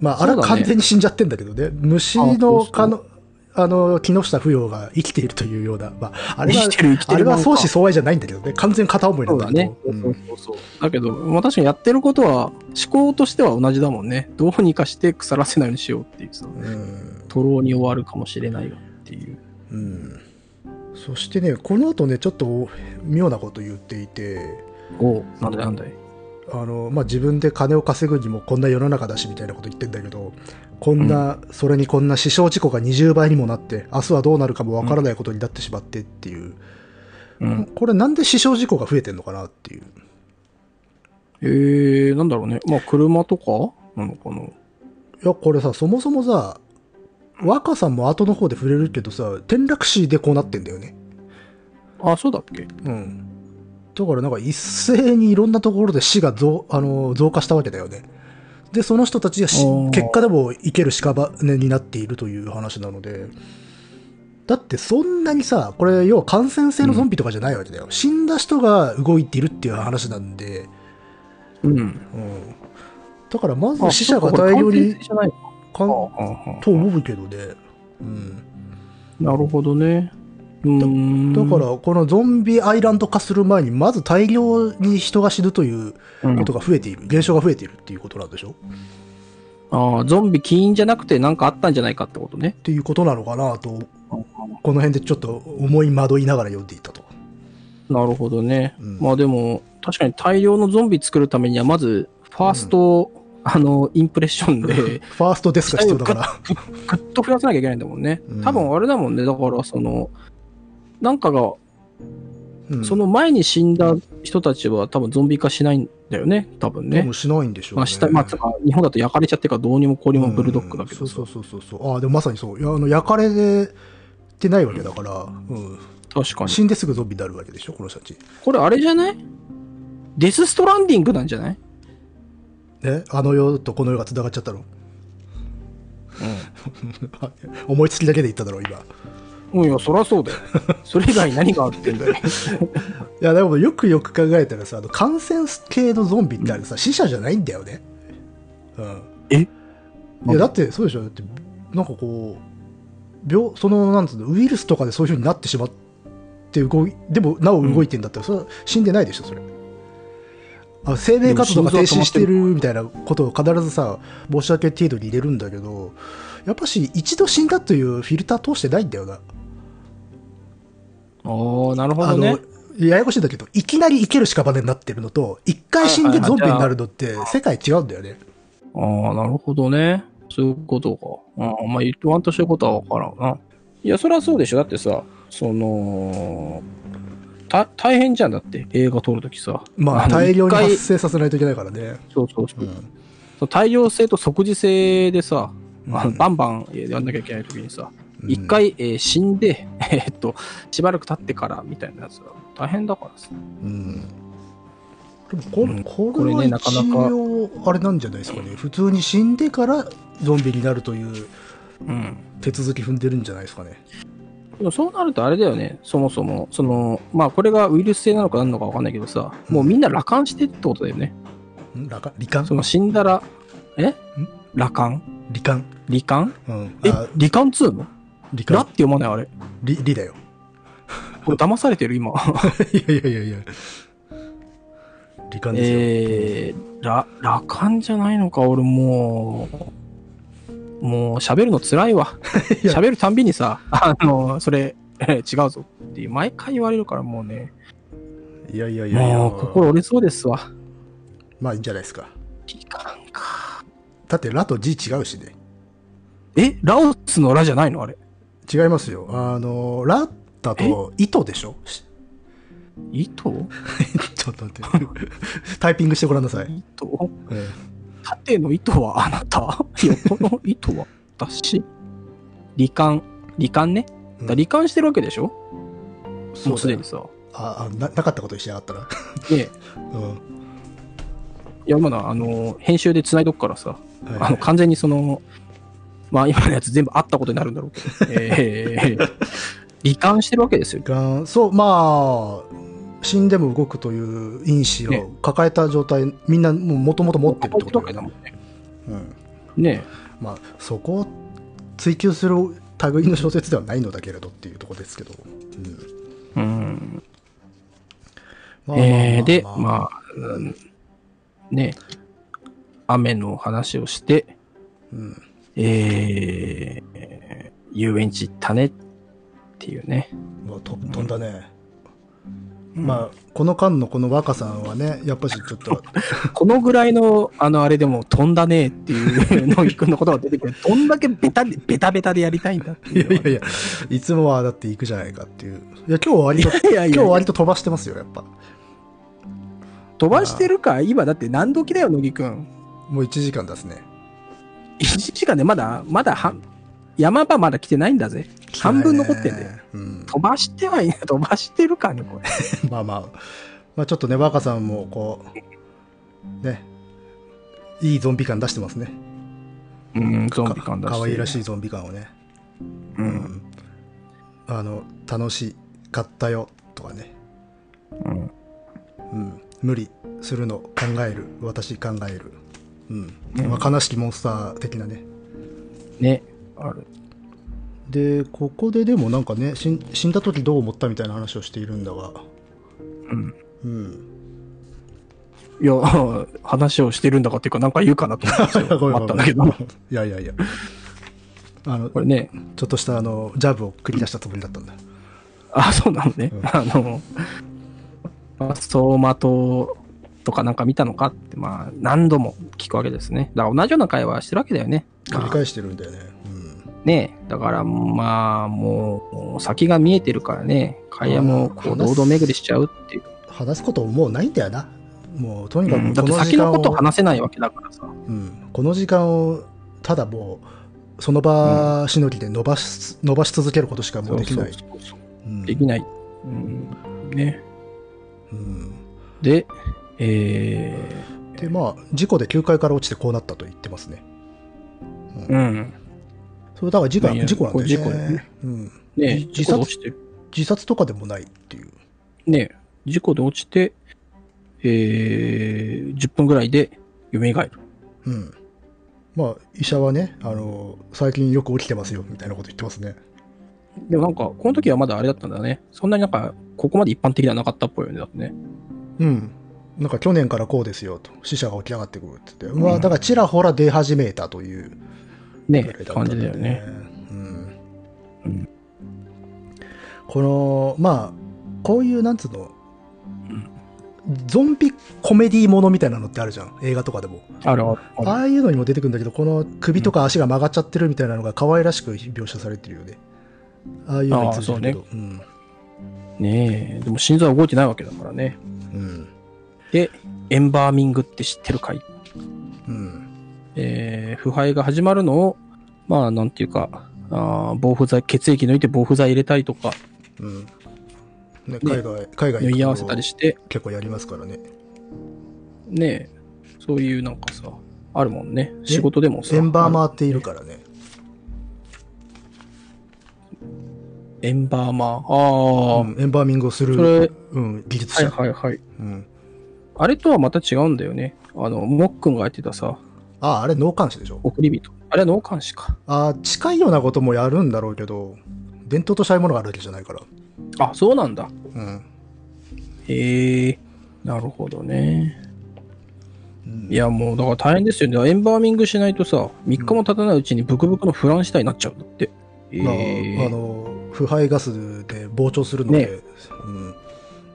B: まああれは
A: そうだね
B: 完全に死んじゃってんだけどね虫
A: あそう
B: の
A: そう
B: かのあの木下扶養が生きているというような、まあ、あれは
A: 生きてる生きてる
B: あれは
A: なんか
B: 相思相愛じゃないんだけどね完全片思いな
A: そ
B: ん
A: う
B: だ
A: だ
B: けど
A: ね。そう
B: うん
A: そうそうそうだけど、まあ、確かにやってることは、思考としては同じだもんね。どうにかして腐らせないようにしようっていうさ、
B: うん
A: 徒労に終わるかもしれないよっていう。
B: うんそしてねこの後ねちょっと妙なこと言っていて
A: おなんだいなんだい。
B: あの、まあ、自分で金を稼ぐにもこんな世の中だしみたいなこと言ってんだけどこんな、それにこんな死傷事故が20倍にもなって明日はどうなるかもわからないことになってしまってっていう、
A: うん。
B: これなんで死傷事故が増えてんのかなっていう
A: えー、なんだろうね。まあ、車とかなのかな。
B: いやこれさそもそもさ若さんも後の方で触れるけどさ転落死でこうなってんだよね
A: あ、そうだっけ
B: うんだからなんか一斉にいろんなところで死が増あの増加したわけだよねでその人たちが死
A: おー
B: 結果でも生ける屍になっているという話なのでだってそんなにさこれ要は感染性のゾンビとかじゃないわけだよ、死んだ人が動いているっていう話なんで、
A: うん。
B: うん、だからま
A: あ
B: ず死者
A: そ
B: が
A: っかこれ
B: 大量
A: 感
B: に
A: 染じゃないのか
B: かん
A: あああ
B: と思うけどね、うん、
A: なるほどね。うーん。
B: だから、このゾンビアイランド化する前に、まず大量に人が死ぬという
A: うん
B: ことが増えている、現象が増えているっていうことなんでしょ
A: ああ、ゾンビ起因じゃなくてなんかあったんじゃないかってことね。
B: ていうことなのかなと、この辺でちょっと思い惑いながら読んでいたと。
A: なるほどね。
B: うん
A: まあでも、確かに大量のゾンビ作るためには、まず、ファースト、あの、インプレッション で、
B: ファーストですが必要だから。
A: ぐっと増やさなきゃいけないんだもんね
B: うん。
A: 多分あれだもんね。だから、その、なんかが、
B: うん
A: その前に死んだ人たちは多分ゾンビ化しないんだよね。多分
B: 多
A: ね
B: 分。しないんでしょう
A: まあ、
B: ね。
A: したまあ、つまり日本だと焼かれちゃってからどうにもこうにもブルドッグだけど
B: うん
A: さ
B: そうそうそうそうそうああでもまさにそういやあの焼かれてないわけだから、うん
A: 確かに。
B: 死んですぐゾンビになるわけでしょこの人たち
A: これあれじゃないデスストランディングなんじゃない
B: ねあの世とこの世がつながっちゃったの 思いつきだけで言っただろう今い
A: うん。いや、そらそうだよ。それ以外に何があってんだ よ。
B: やでもよくよく考えたらさあの感染系のゾンビってあれさ、死者じゃないんだよねうん
A: え
B: いやだってそうでしょだってなんかこう病そのなんつうのウイルスとかでそういうふうになってしまって動いでもなお動いてんだったら、それは死んでないでしょそれあ生命活動が停止してるみたいなことを必ずさ申し訳程度に入れるんだけどやっぱし一度死んだというフィルター通してないんだよな
A: ああ、なるほ
B: あ
A: どね
B: の。ややこしいんだけどいきなり生ける屍になってるのと一回死んでゾンビになるのって世界違うんだよね
A: ああ、なるほどね。そういうことか。ああまあ、言わんとしてることは分からんな。いや、それはそうでしょ。だってさ、その、た、大変じゃんだって、映画撮るときさ。
B: まあ
A: の
B: 大量に
A: 一回
B: 発生させないといけないからね
A: そうそうそうう。
B: ん
A: その大量性と即時性でさ、あの
B: うん
A: バンバンえーやんなきゃいけないときにさ、
B: うん
A: 一、回、えー死んで、 えーっと、しばらく経ってからみたいなやつは大変だからさ。
B: うんでもこ,、
A: うん
B: こ
A: こ
B: れ
A: れ
B: は
A: ねなかなか
B: 一応あれなんじゃないですかね普通に死んでからゾンビになるという
A: うん。
B: 手続き踏んでるんじゃないですかね
A: でもそうなるとあれだよね、そもそも、その、まあこれがウイルス性なのか何なのかわかんないけどさ、もうみんな羅漢してってことだよね。
B: ん羅漢罹患
A: その死んだら、え羅漢
B: 罹患
A: 罹患
B: うん
A: え
B: あ
A: 罹患つうの
B: 罹
A: らっ
B: 患
A: て読まないあれ。
B: りりだよ
A: これ騙されてる今。
B: いやいやいやいや罹患ですよ、
A: えー、ら、羅漢じゃないのか、俺もう、もう喋るの辛いわ。
B: いや
A: 喋るたんびにさ、あの、それ、え違うぞっていう、毎回言われるからもうね、
B: いやいやいやいや
A: もう心折れそうですわ。
B: まあいいんじゃないですか
A: 罹患か。
B: だってラと字違うしね
A: えラオスのラじゃないのあれ。
B: 違いますよあのラだと糸でしょ し
A: 糸
B: ちょっと待って タイピングしてごらんなさい、
A: 糸
B: ええ
A: 縦の糸はあな た横の糸は私罹患。罹患ね。だから罹患してるわけでしょ、もうすでにさ。
B: ああななかったことにしやがったな、
A: で、
B: うん
A: いや、まだ、あの、編集で繋いどくからさ、
B: はい
A: あの、完全にその、まあ今のやつ全部あったことになるんだろ うけど、えー、罹患してるわけですよ。
B: がんそうまあ死んでも動くという因子
A: ね
B: を抱えた状態、みんなもともと持ってるってこと
A: わ
B: だ
A: けだ
B: よね、
A: もんね。
B: うん
A: ね
B: まあ、そこを追求する類の小説ではないのだけれどっていうところですけど、
A: え。う
B: うん
A: ん。
B: まあまあまあ
A: えーで、
B: まあ
A: まあ、うんね、雨の話をして、
B: うん
A: えー遊園地行ったねっていうね。
B: まあと飛んだね、
A: あ、
B: まあこの間のこの若さんはねやっぱしちょっと
A: このぐらいの、あの、あれでも、飛んだねっていう野木くんのことが出てくる。 どんだけベタで、ベタベタでやりたいんだって
B: い
A: い
B: や
A: う。
B: いやいやいつもはだって行くじゃないかっていういや今日は割 と
A: いやいやいや
B: 今日は割と飛ばしてますよやっぱ
A: 飛ばしてるか今だって何時だよ、野木くん。
B: もう1時間ですね
A: 1時間でまだ、まだ半、山場まだ来てないんだぜ。半分残ってんだよ。、
B: うん、
A: 飛ばしてはいない。飛ばしてるかね、これ。
B: まあまあ、まあちょっとね、若さんもこう、ね、いいゾンビ感出してますね。
A: うん、ゾンビ感だし。
B: 可愛らし
A: い。
B: いゾンビ感をね。
A: う。
B: うんあの、楽しかったよとかね。
A: うん
B: うん。無理するの考える。私考える。うん。
A: うん
B: まあ、悲しきモンスター的なね。
A: ね。ある。
B: で、ここででもなんかね、死ん死んだ時どう思ったみたいな話をしているんだが、
A: うん。
B: うん。
A: いや、 話をしてるんだかっていうか、なんか言うかなと思ったんです
B: ごめんごめ
A: よ
B: ん
A: あったんだけど、
B: いやいやいや。あの、
A: これね、
B: ちょっとしたあの、ジャブを繰り出したつもりだったんだ。
A: あ、そうなのね。
B: うん
A: あの、まあ、走馬灯とかなんか見たのかって、まあ、何度も聞くわけですね。だから同じような会話してるわけだよね。
B: 繰り返してるんだよね。うん。
A: ねえだからまあ、もう、もう先が見えてるからね、会話もこ
B: う
A: う、
B: ん
A: 堂々巡りしちゃうっていう。
B: 話すことももうないんだよな。もう、とにか
A: うん
B: く
A: だっ
B: こ
A: て
B: の
A: 先
B: 時間
A: の
B: を、
A: こと話せないわけだからさ。
B: うん、この時間を、ただもう、その場しのぎで伸ばし、伸ばし続けることしかもうできない。
A: そうそうそう
B: うん
A: できない。うん。ね。
B: うん
A: で、え
B: でまあ事故で9階から落ちてこうなったと言ってますね。
A: ー、うん。
B: それだから事故
A: いやいや
B: 事故なんだ
A: これ
B: よね
A: 事故だよね
B: うん。
A: ねえ
B: じ自
A: 事
B: 殺
A: 故で落ちてる。
B: 自殺とかでもないっていう。
A: ねえ事故で落ちて、えー、10分ぐらいで蘇る。
B: うん。まあ医者はねあの最近よく起きてますよみたいなこと言ってますね。
A: でもなんか、この時はまだあれだったんだね。そんなになんか、ここまで一般的ではなかったっぽいよね、だってね。
B: うん。なんか去年からこうですよと死者が起き上がってくるって言って、まあだからちらほら出始めたという
A: ね
B: ぐら
A: え
B: いだった
A: 感
B: ん
A: じだよね。。
B: うん
A: うん
B: このまあこういうなんつうの
A: ん
B: ゾンビコメディーものみたいなのってあるじゃん映画とかでも
A: あるあるある
B: ああいうのにも出てくるんだけどこの首とか足が曲がっちゃってるみたいなのが可愛らしく描写されてるよねああいうのに通じるけどうん
A: ねえ、でも心臓は動いてないわけだからね。
B: うん
A: で、エンバーミングって知ってるかい
B: うん
A: えー腐敗が始まるのを、まあ、なんていうか、あー防腐剤、血液抜いて防腐剤入れたりとか、
B: うんね、海外、海外
A: 縫い合わせたりして、
B: 結構やりますからね。
A: ねえ、そういうなんかさ、あるもんね。仕事でもさ。
B: エンバー
A: あ
B: 回っているからね。
A: の。エンバーマー。ああ、
B: うんエンバーミングをす
A: それ
B: る、うん、技術
A: はい
B: 者。
A: はいはい。
B: うん、
A: あれとはまた違うんだよね。あの、モックンがやってたさ、
B: ああ、あれ脳幹視でしょ。
A: 送り人。あれは脳幹視か。
B: あー近いようなこともやるんだろうけど伝統としたいものがあるわけじゃないから、
A: あ、そうなんだ。
B: うん
A: へえ、なるほどね。
B: うん
A: いやもうだから大変ですよね。エンバーミングしないとさ、3日も経たないうちにブクブクのフランス体になっちゃうんだって。え
B: まあ
A: え
B: あの腐敗ガスで膨張するので、
A: ね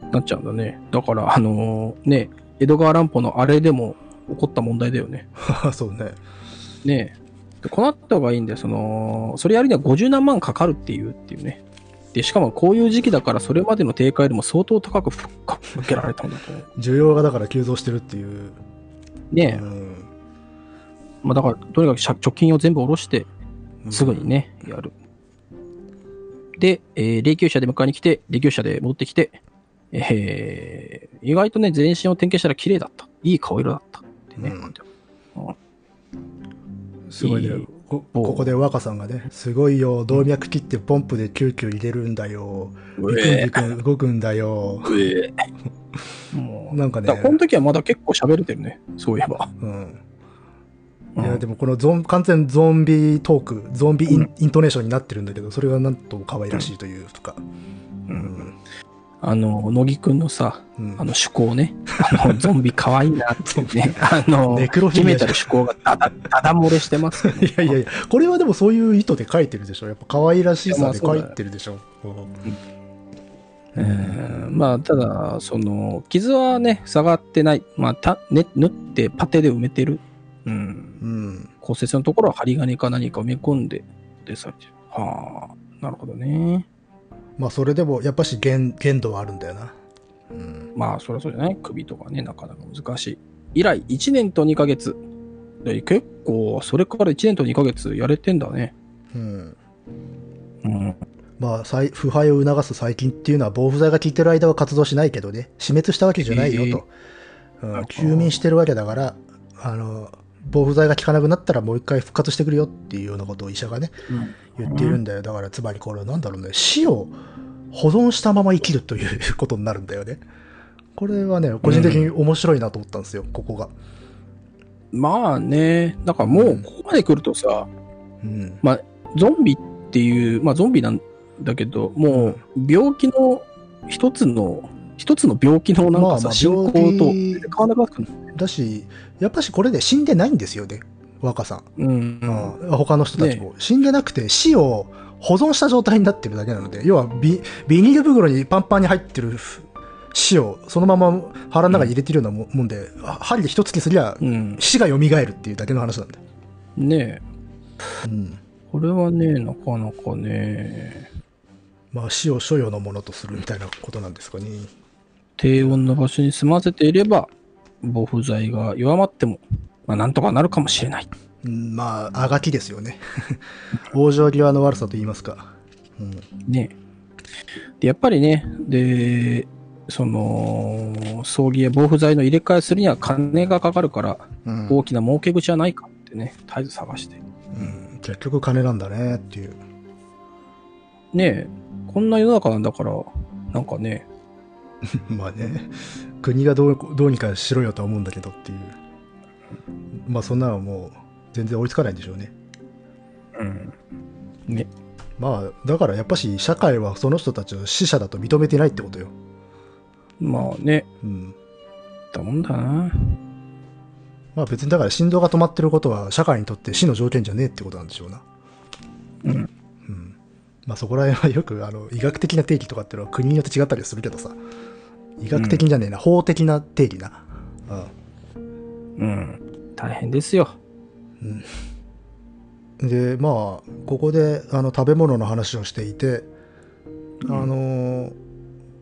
B: うん、
A: なっちゃうんだね。だから、あのーね、江戸川乱歩のあれでも起こった問題だよね。
B: そうね
A: ねえ。でこうなった方がいいんで、その、それやるには50何万かかるっていう、っていうね。で、しかもこういう時期だから、それまでの定価よりも相当高くふっか受けられたんだと思う。
B: 需要がだから急増してるっていう、
A: ねえ。
B: うん
A: まあだから、とにかく借貯金を全部下ろして、すぐにね、やる。で、えー霊柩車で迎えに来て、霊柩車で戻ってきて、えー意外とね、全身を点検したら綺麗だった。いい顔色だった。ってね。
B: うんすごい
A: い
B: ね
A: い
B: こここで若さんがね「すごいよ動脈切ってポンプでキューキュー入れるんだよビクンビクン動くんだよ
A: もう
B: なんかね
A: だらこの時はまだ結構喋れてるね、そういえば」。
B: うん
A: う
B: い
A: ん
B: やでもこのゾン完全ゾンビトークゾンビイン,、イントネーションになってるんだけどそれがなんとも可愛らしいというか、うん
A: あの、乃木くんのさ、
B: うん
A: あの趣向ね、あ のゾンビ可愛いなっていうね、あの、
B: ネクロフィ
A: 秘
B: リ
A: め
B: ア
A: たる趣向がだだだだ漏れしてますよね。
B: いやいやいやこれはでもそういう意図で書いてるでしょやっぱ可愛らしさで書いてるでしょ、
A: えーまあ、ただ、その、傷はね、下がってない。まあ、た、ね、縫ってパテで埋めてる。うん。
B: うん
A: 骨折のところは針金か何か埋め込んで、で、されてる。はあ、なるほどね。
B: まあそれでもやっぱし限限度はあるんだよな、うん、
A: まあ、そりゃそうじゃない首とかね、なかなか難しい。以来、1年と2ヶ月。で結構、それから1年と2ヶ月やれてんだね。
B: うん、
A: うん。
B: まあ再腐敗を促す細菌っていうのは防腐剤が効いてる間は活動しないけどね死滅したわけじゃないよと、うん、休眠してるわけだからあの防腐剤が効かなくなったらもう一回復活してくるよっていうようなことを医者がね言っているんだよ。だから、つまりこれはなんだろうね。死を保存したまま生きるという ことになるんだよね。これはね、個人的に面白いなと思ったんですよ、ここが。
A: まあね、だからもう、ここまで来るとさ、
B: うん。
A: ゾンビっていう、まあゾンビなんだけど、もう病気の一つの一つの病気のなん
B: ま
A: か
B: あま
A: さ、
B: あ
A: 進行
B: 病
A: と変
B: 気
A: わらなくなる。
B: だしやっぱしこれで死んでないんですよね若さん、
A: うん。
B: うん他の人たちも、死んでなくて死を保存した状態になってるだけなので要はビビニール袋にパンパンに入ってる死をそのまま腹の中に入れてるようなももんで、針で一突きすりゃ
A: うん。
B: 死が蘇るっていうだけの話なんで、
A: ねえ。
B: うん
A: これはね、なかなかね、
B: まあ、死を所有のものとするみたいなことなんですかね
A: 低温の場所に住ませていれば、防腐剤が弱まっても、まあ、なんとかなるかもしれない。
B: うんまああがきですよね 往生際の悪さと言いますか、うん
A: ねで、やっぱりね、で、その、葬儀や防腐剤の入れ替えするには金がかかるから、
B: うん
A: 大きな儲け口はないかってね、絶えず探して。
B: うん結局金なんだねっていう
A: ねえ、こんな世の中なんだから、なんかね、
B: まあね、国がどうどうにかしろよとは思うんだけどっていう、まあそんなのはもう全然追いつかないんでしょうね。
A: うん。ね、
B: まあだからやっぱし社会はその人たちを死者だと認めてないってことよ。
A: まあね、
B: うん。
A: だもんだな。
B: まあ別にだから振動が止まってることは社会にとって死の条件じゃねえってことなんでしょうな。
A: うん。
B: うん。まあそこら辺はよくあの医学的な定義とかっていうのは国によって違ったりするけどさ、医学的じゃねえな、法的な定義な。うん。
A: うん。大変ですよ。
B: でまあここであの食べ物の話をしていて、
A: うん
B: あの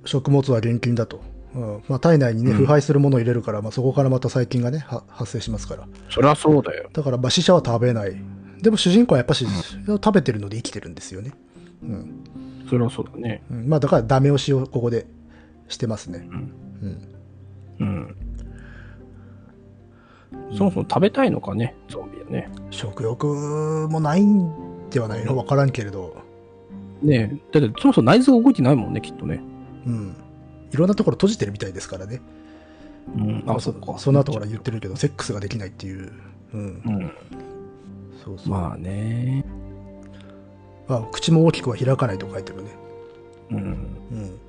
B: 食物は厳禁だと、うんまあ、体内にね
A: うん
B: 腐敗するものを入れるから、まあ、そこからまた細菌がねは発生しますから
A: そりゃそうだよ。
B: だからまあ死者は食べないでも主人公はやっぱし、食べてるので生きてるんですよね、うん
A: そりゃそうだね。
B: うんまあ、だからダメ押しをここでしてますね、
A: うん。
B: うん、
A: うん。そもそも食べたいのかね、ゾンビはね。
B: 食欲もないんではないの分からんけれど、
A: ねえ、だってそもそも内臓動いてないもんね、きっとね。
B: うん、いろんなところ閉じてるみたいですからね
A: うん。
B: まあ、そその後から言ってるけど、セックスができないっていう。う
A: う。
B: ん
A: ん。
B: そうそう。
A: まあね。
B: あ口も大きくは開かないと書いてるね。
A: うん。
B: うん。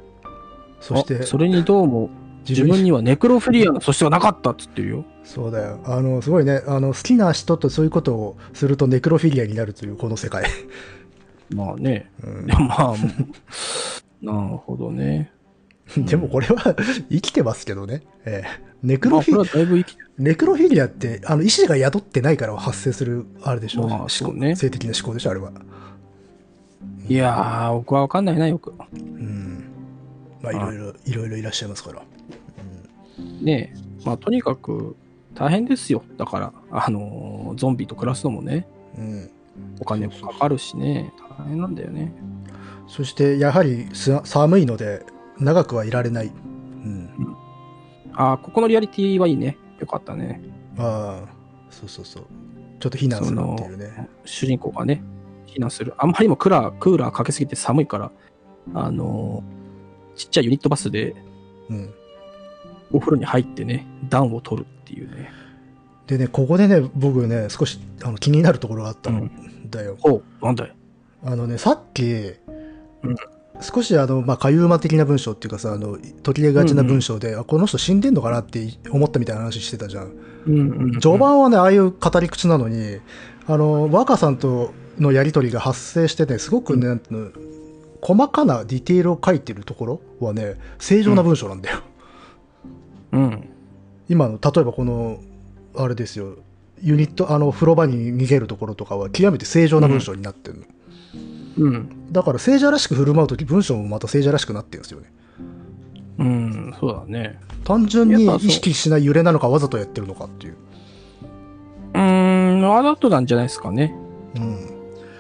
B: そして
A: あ、それにどうも、
B: 自
A: 自
B: 分
A: 分
B: に。
A: にはネクロフィリアの素質はなかったっつってるよ。
B: そうだよ。あの、すごいね。あの、好きな人とそういうことをするとネクロフィギアになるという、この世界。
A: まあね。
B: うん
A: いや、まあ、 なるほどね。
B: でもこれは生きてますけどね。ええ。ネク
A: ま
B: ロ
A: あ、
B: フ
A: こ
B: ィ
A: れはだいぶ生きてる。
B: ネクロフィギアって、あの、意志が宿ってないから発生する、あれでしょ。
A: まあ
B: 思考
A: そうね
B: 性的な思考でしょ、あれは。
A: いやー、僕はわかんないな、よく。
B: うん。まあ、いろいろ、いろいろいらっしゃいますから。うん
A: ねえ。まあ、とにかく、大変ですよ。だから、あのーゾンビと暮らすのもね、
B: うん。
A: お金もかかるしね、大変なんだよね。
B: そしてやはりす寒いので長くはいられない、うん、
A: ああ、ここのリアリティはいいね。よかったね。
B: ああそうそうそうちょっと避難するっていうね
A: 主人公がね、避難する。あんまりにもクーラー、クーラーかけすぎて寒いから、あのーちっちゃいユニットバスで
B: うん、
A: お風呂に入ってね、暖を取るっていうね。
B: でねここでね僕ね少しあの気になるところがあった
A: うん
B: だよ、
A: ほう、なんだよ。
B: あのねさっき、
A: うん
B: 少しあの、まあ、かゆうま的な文章っていうかさあの途切れがちな文章で、あこの人死んでんのかなって思ったみたいな話してたじゃん
A: うんうん、
B: 序盤はねああいう語り口なのにあの若さんとのやり取りが発生してねすごくね、なんていうの細かなディテールを書いてるところはね正常な文章なんだよ、
A: うん。
B: 今の例えばこのあれですよユニットあの風呂場に逃げるところとかは極めて正常な文章になってるの、
A: うん。
B: だから正常らしく振る舞う時文章もまた正常らしくなってるんですよね
A: うん、そうだね。
B: 単純
A: い
B: に
A: やそう
B: 意識しない揺れなのかわざとやってるのかっていう、
A: うーん、わざとなんじゃないですかね。
B: うん、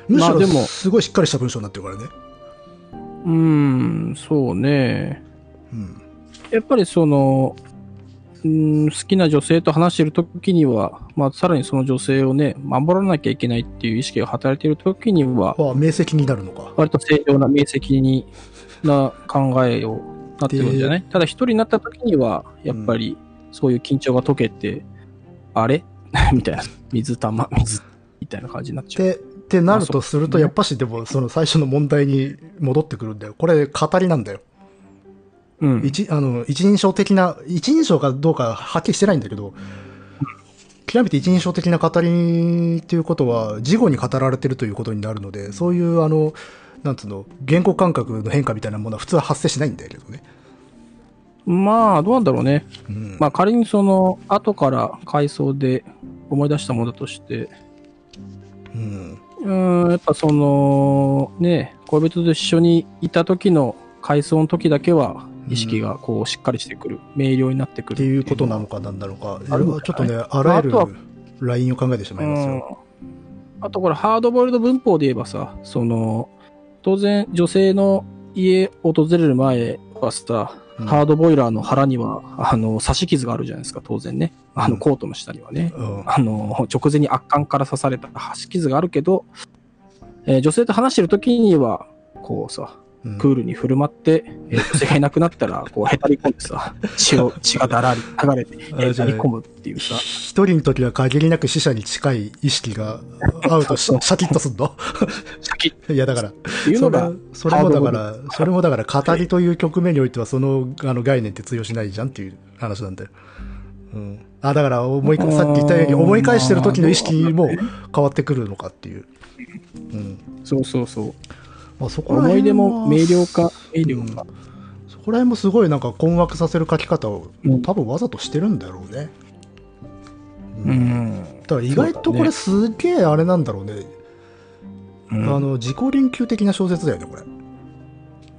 B: むし
A: まあ
B: ろ
A: でも
B: すごいしっかりした文章になってるからね、
A: うーん、そうね。
B: うん、
A: やっぱりその、うーん、好きな女性と話してるときには、まあ、さらにその女性をね、守らなきゃいけないっていう意識が働いてるときには、
B: あ明晰になるのか
A: 割と正常な明晰にな考えをなってくるんじゃないただ一人になった時にはやっぱりそういう緊張が解けて、あれ みたいな水玉水みたいな感じになっ
B: っ
A: ちゃう。
B: てってなるとする
A: まあ
B: と、
A: そう
B: やっぱしでもその最初の問題に戻ってくるんだよ。これ語りなんだよ。
A: うん。
B: 一あの一人称的な、一人称かどうかはっきりしてないんだけど、極めて一人称的な語りっていうことは、事後に語られてるということになるので、そういう、あの、なんつうの、言語感覚の変化みたいなものは普通は発生しないんだけどね。
A: まあ、どうなんだろうね。
B: うん
A: まあ、仮にその、後から回想で思い出したものだとして、
B: うん
A: うーん、やっぱその、ね、恋人と一緒にいた時の回想の時だけは、意識がこう、しっかりしてくる。明瞭になってくる
B: っていうことなのかなんだろうか、
A: あるの
B: ちょっとね、
A: い
B: あ
A: まあ
B: らゆる
A: あとは
B: ラインを考えてしまいますよ。
A: うん、あとこれハードボイルド文法で言えばさその当然女性の家を訪れる前はさ、
B: うん
A: ハードボイラーの腹にはあの刺し傷があるじゃないですか当然ねあ
B: う
A: の
B: ん
A: コートの下にはね、
B: うん
A: あの直前に圧巻から刺された刺し傷があるけど、えー女性と話してる時にはこうさ
B: うん
A: クールに振る舞って、えー女性がいなくなった らこうへたり込んでさ血を血がだらり流れて
B: あれ
A: へ
B: じゃ
A: たり
B: ない
A: 込むっていう さ
B: 一人の時は限りなく死者に近い意識が合うとしシャキッとすんの
A: シャキッ
B: いやだから
A: っていうのが
B: それそれもだか
A: ハ
B: らそれもだから語りという局面においてはそのあの概念って通用しないじゃんっていう話なんだよ、うん、あだから思いさっき言ったように
A: うーん
B: 思い返してる時の意識も
A: まあどうなん
B: 変わってくるのかっていう、うん
A: そうそうそう。
B: まあ、そこら
A: 思い
B: 辺は
A: 出も明瞭化、明瞭化。
B: そこら辺もすごいなんか困惑させる書き方を
A: うん
B: 多分わざとしてるんだろうね、う
A: うんん。
B: だから意外とこれすげえあれなんだろうね
A: う
B: あ
A: ん、
B: の自己言及的な小説だよねこれ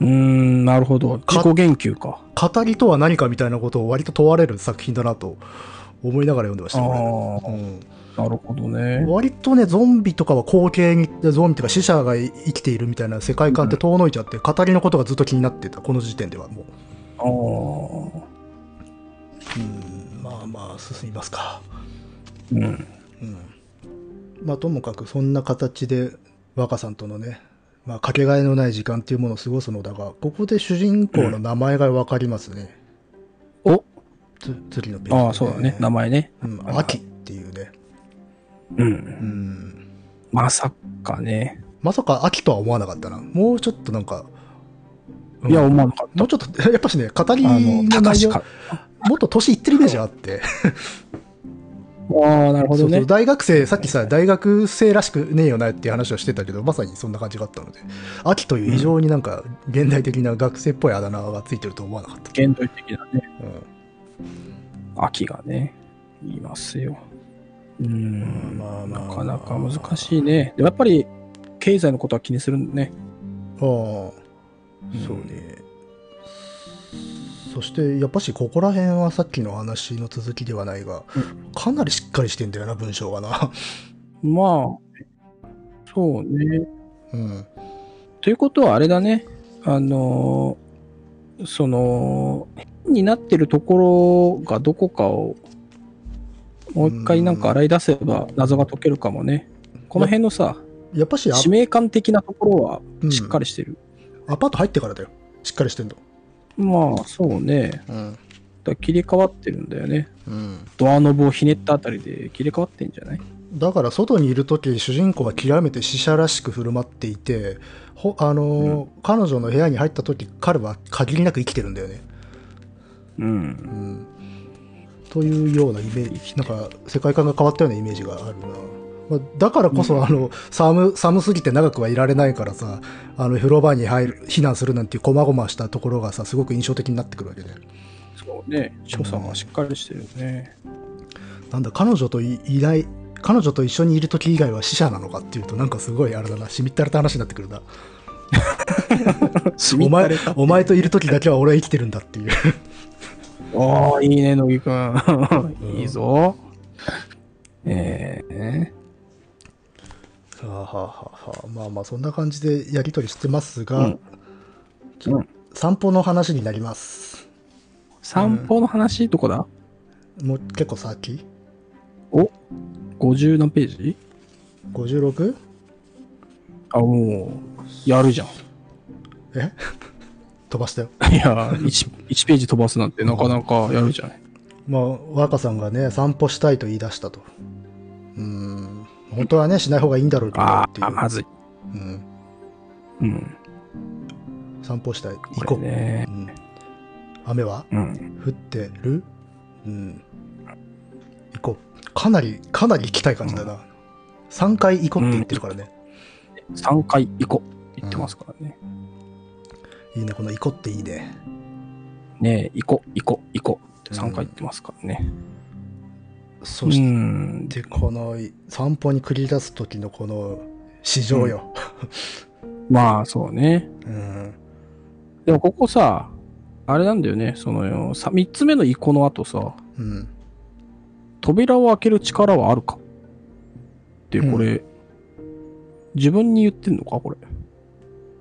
A: うんなるほど。
B: か
A: 自己言及か。
B: 語りとは何かみたいなことを割と問われる作品だなと思いながら読んでまし
A: ああ
B: たよ、
A: ー、
B: 俺
A: なるほど
B: うん、
A: ね。
B: 割とねゾンビとかは後継にゾンビとか死者が生きているみたいな世界観って遠のいちゃって、語りのことがずっと気になってたこの時点ではもう
A: ああ。
B: うんまあまあ進みますか
A: うん。
B: うんまあともかくそんな形で若さんとのね、まあ、かけがえのない時間っていうものを過ごすのだがここで主人公の名前が分かりますね、
A: お
B: つ次のページで、
A: ああ、そうだね。名前ね。
B: うん、秋っていうね、
A: う。
B: うんん、
A: まさかね。
B: まさか秋とは思わなかったなもうちょっとなんか、うん
A: いや、思わなかっ
B: もうちょっと やっぱしね語り
A: た。あ
B: の
A: の、高
B: 内
A: し
B: 容
A: か。
B: もっと年いってるイメージがあって
A: ああ、なるほど
B: そうそ
A: ね
B: う。大学生さっきさ大学生らしくねえよなっていう話をしてたけどまさにそんな感じがあったので秋という異常になんか現代的な学生っぽいあだ名がついてると思わなかった、
A: 現代的なね。
B: う
A: 秋がね、いますよ。うん。
B: まあまあ
A: なかなか難しいね。でもやっぱり、経済のことは気にするね。
B: ん、ああそうねそしてやっぱしここら辺はさっきの話の続きではないが、
A: う
B: かなりしっかりしてんだよな文章がな
A: まあ、そうね。
B: うん
A: ということはあれだね。あのーその、変になってるところがどこかを、もう一回なんか洗い出せば謎が解けるかもね。この辺のさ、
B: やっぱしあ
A: 使命感的なところ
B: うん
A: はしっかりしてる。
B: アパート入ってからだよしっかりしてんの
A: まあ、そうね。だか
B: うん
A: ら切り替わってるんだよね。
B: うん
A: ドアノブをひねったあたりで切り替わってんじゃない
B: だから外にいる時主人公は極めて死者らしく振る舞っていてほあのー、彼女の部屋に入った時彼は限りなく生きてるんだよね、
A: う。
B: うんん、というようなイメージなんか世界観が変わったようなイメージがあるな、まあ、だからこそ、あの寒寒すぎて長くはいられないからさあの風呂場に入る避難するなんていうこまごましたところがさすごく印象的になってくるわけで
A: そうね。所作がしっかりしてるね。
B: なんだ彼女といいない彼女と一緒にいる時以外は死者なのかっていうとなんかすごいあれだなしみったれた話になってくるな お前お前といる時だけは俺は生きてるんだっていう
A: おー、いいね、乃木くん。
B: うん
A: いいぞ。ええ
B: はあはあはあはあまあまあそんな感じでやり取りしてますが、
A: うんうん
B: 散歩の話になります
A: 散歩の話、どこだ
B: もう結構先
A: お ?50 何ページ
B: 56?
A: あ、もう、やるじゃん。
B: え 飛ばしたよ
A: いや、1, 1ページ飛ばすなんてなかなかやるじゃない。
B: まあ若さんがね散歩したいと言い出したとうーん本当はねしない方がいいんだろうけど
A: あ
B: ってい
A: あ、ま
B: う、
A: ずい。
B: うん、
A: うん。
B: 散歩したい行こ
A: こ
B: う
A: れね
B: う。ん雨は
A: うん。
B: 降ってるうん。行こう。かなり、かなり行きたい感じだな。3回行こうって言ってるからね。
A: 3回行こう。行ってますからね。
B: いいね、この行こうっていいね。
A: ねえ、行こう、行こう、行こうって3回行ってますからね。
B: そうして、
A: ん。
B: で、この散歩に繰り出す時のこの市場よ。
A: まあ、そうね。
B: うん。
A: でもここさ、あれなんだよね。その、さ3つ目の行こうの後さ、
B: うん。
A: 扉を開ける力はあるかって、これ、自分に言ってんのかこれ。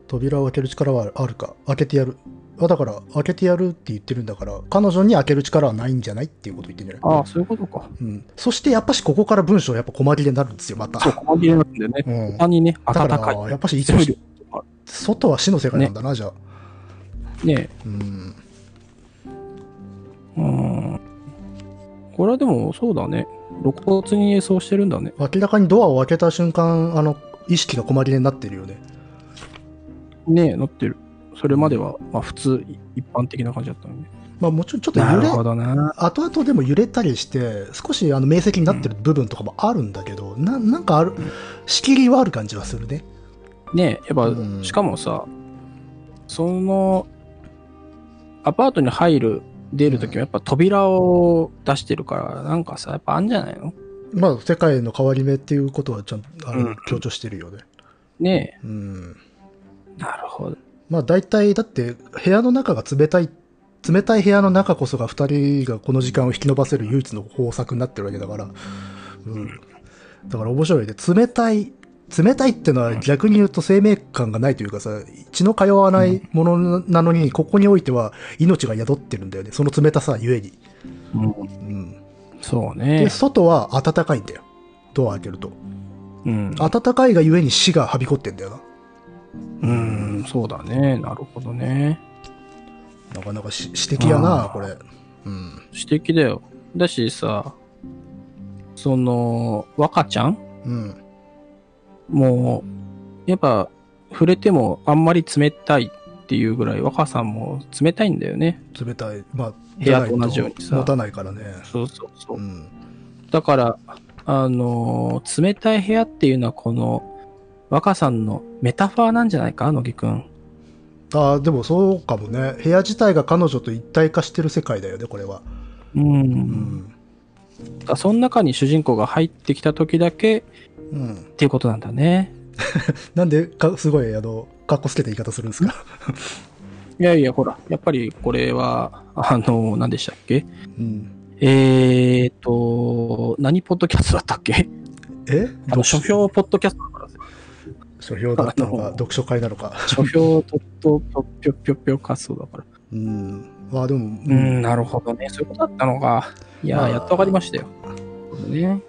B: 扉を開ける力はあるか開けてやるあだから開けてやるって言ってるんだから彼女に開ける力はないんじゃないっていうこと言ってんじゃない
A: ああ、そういうことか。
B: うん、そしてやっぱしここから文章やっぱ細切れになるんですよまた
A: そう、細切れなんだよね。
B: うん、だ
A: 他にね、
B: か
A: 暖からい。
B: やっぱしいつ
A: そう
B: も
A: いう力
B: 外は死の世界なんだな、じゃあ
A: ね
B: うん
A: え。うん。これはでも、そうだね。露骨に演奏してるんだね。
B: 明らかにドアを開けた瞬間あの意識が細切れになってるよね
A: ねえ、なってる。それまでは、まあ、普通、一般的な感じだったのね。
B: まあもちろんちょっと
A: な
B: 揺
A: る
B: れ
A: ほどな。
B: 後々でも揺れたりして少しあの明晰になってる部分とかもあるんだけど、ななんかある仕切りはある感じはするね
A: ねえ、やっぱ、
B: うん
A: しかもさ、その、アパートに入る、出るときもやっぱ扉を出してるから、なんかさ、やっぱあんじゃないの
B: まあ、世界の変わり目っていうことはちゃんあの、
A: うん
B: 強調してるよね。
A: ね
B: うん。
A: え。なるほど。
B: まあ、大体、だって、部屋の中が冷たい、冷たい部屋の中こそが2人がこの時間を引き延ばせる唯一の方策になってるわけだから。うん。だから面白いね。冷たい、冷たいってのは逆に言うと生命感がないというかさ、血の通わないものなのに、ここにおいては命が宿ってるんだよね。その冷たさゆえに。
A: うん、
B: うん。
A: そう
B: で、
A: ね。
B: 外は暖かいんだよ。ドア開けると。
A: うん。
B: 暖かいがゆえに死がはびこってんだよな。
A: うん、そうだね。なるほどね。
B: なかなかし詩的やな、
A: あー
B: これ。うん。
A: 素敵だよ。だしさ、その、若ちゃん
B: うん。
A: もう、やっぱ、触れてもあんまり冷たいっていうぐらい、若さんも冷たいんだよね。
B: 冷たい。まあ、
A: 部屋と同じようにさ
B: じゃないと持たないからね。
A: そうそうそうう。
B: ん。
A: だから、あのー冷たい部屋っていうのはこの、若さんのメタファーなんじゃないか、乃木くん。
B: ああ、でもそうかもね。部屋自体が彼女と一体化してる世界だよね、これは。
A: う。
B: うんん。
A: だからその中に主人公が入ってきた時だけっ
B: うん。
A: ていうことなんだね。
B: なんで、か、すごい、あの、かっこつけた言い方するんですか。
A: いやいや、ほら、やっぱりこれは、あのー何でしたっけ
B: うん。
A: えーと、何ポッドキャストだったっけ
B: え
A: あの書評ポッドキャストだからさ
B: 書評だったの
A: あ
B: か、
A: の
B: 読書会なのか。
A: 書評とっとぴょぴょぴょぴょ活動だから。
B: うん。まあでも、
A: う。ん、なるほどね。そういうことだったのか。いやー、
B: まあ
A: やっとわかりましたよ。ね。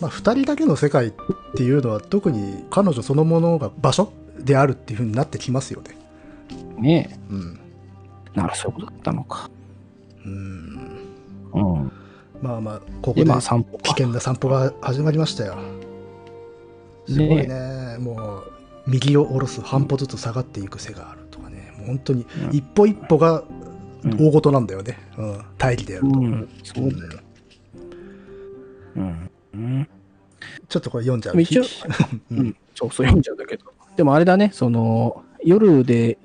B: まあ、2人だけの世界っていうのは特に彼女そのものが場所であるっていうふうになってきますよね。
A: ね
B: うん。
A: え。ならそういうことだったのか。
B: うん。
A: うん。
B: まあまあ、ここ
A: で、
B: で
A: まあ散歩
B: 危
A: か。
B: 険な散歩が始まりましたよ。すごいね。もう、右を下ろす、半歩ずつ下がっていく背があるとかね。もう本当に、
A: うん
B: 一歩一歩が
A: うん
B: 大事なんだよね。うん。大義であると。
A: うん。そう
B: うん
A: だ。うん。うん。
B: ちょっとこれ読んじゃ
A: でも
B: う。
A: 一応
B: う
A: うんん。そう、そう読んじゃうんだけど。でもあれだね、その、夜で、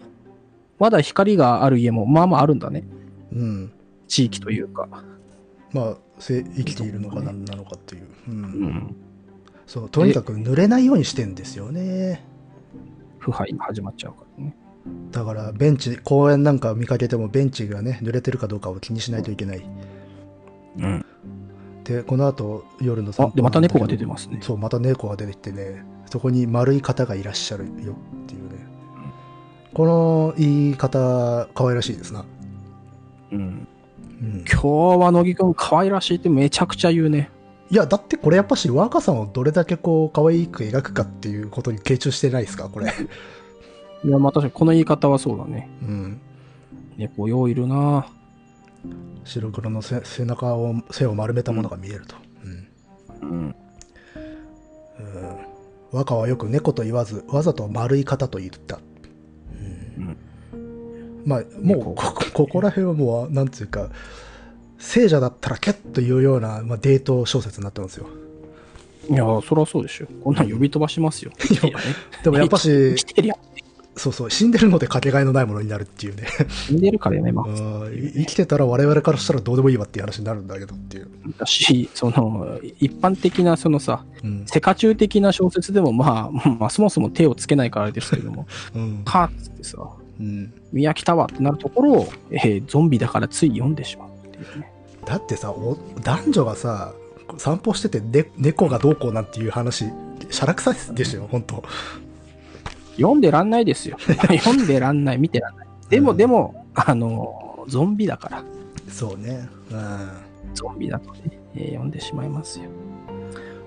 A: まだ光がある家も、まあまああるんだね。
B: うん。
A: 地域というか。
B: まあ、せ生きているのか何なのかっていう。う。
A: うんん。
B: そう、とにかく濡れないようにしてんですよね。
A: 腐敗が始まっちゃうからね。
B: だからベンチ公園なんか見かけてもベンチがね濡れてるかどうかを気にしないといけない
A: うん。
B: でこの後夜の
A: あ、で、また猫が出て
B: ま
A: ますね。
B: そうまた猫が出てきてねそこに丸い方がいらっしゃるよっていうねこの言い方可愛らしいですな、
A: うん。
B: うん、
A: 今日は乃木くん可愛らしいってめちゃくちゃ言うね。
B: いやだってこれやっぱし若さんをどれだけこう可愛く描くかっていうことに傾注してないですかこれ、
A: いや、まあ確かにこの言い方はそうだね。
B: うん、
A: 猫よういるな
B: 白黒のせ背中を背を丸めたものが見えると、うん
A: うん。
B: うん和歌はよく猫と言わずわざと丸い方と言った、うん
A: うん
B: まあ、もうここここら辺はもうなんていうか聖者だったらけっというような、まあ、デート小説になってますよ
A: いやー、そりゃそうでしょ。こんなん呼び飛ばしますよ。いやね
B: でもやっぱし
A: 生きてるやん。
B: そうそう死んでるのでかけがえのないものになるっていうね
A: 死んでるからやめ
B: あ
A: ま
B: ー生きてたら我々からしたらどうでもいいわっていう話になるんだけどっていう、
A: す。だし、その、一般的な、そのさ、
B: うん
A: 世界中的な小説でも、まあ、まあ、そもそも手をつけないからあれですけど も、
B: うん
A: カーっつってさ、
B: うん、
A: 宮城タワーってなるところを、えーゾンビだからつい読んでしまうっていうね。
B: だってさお男女がさ散歩してて、ね、猫がどうこうなんていう話しゃらくさいですよ本当
A: 読んでらんないですよ。 読んでらんない、見てらんない。でも、
B: うん
A: でも、あの、ゾンビだから、
B: そうねうん
A: ゾンビだとね、えー読んでしまいますよ。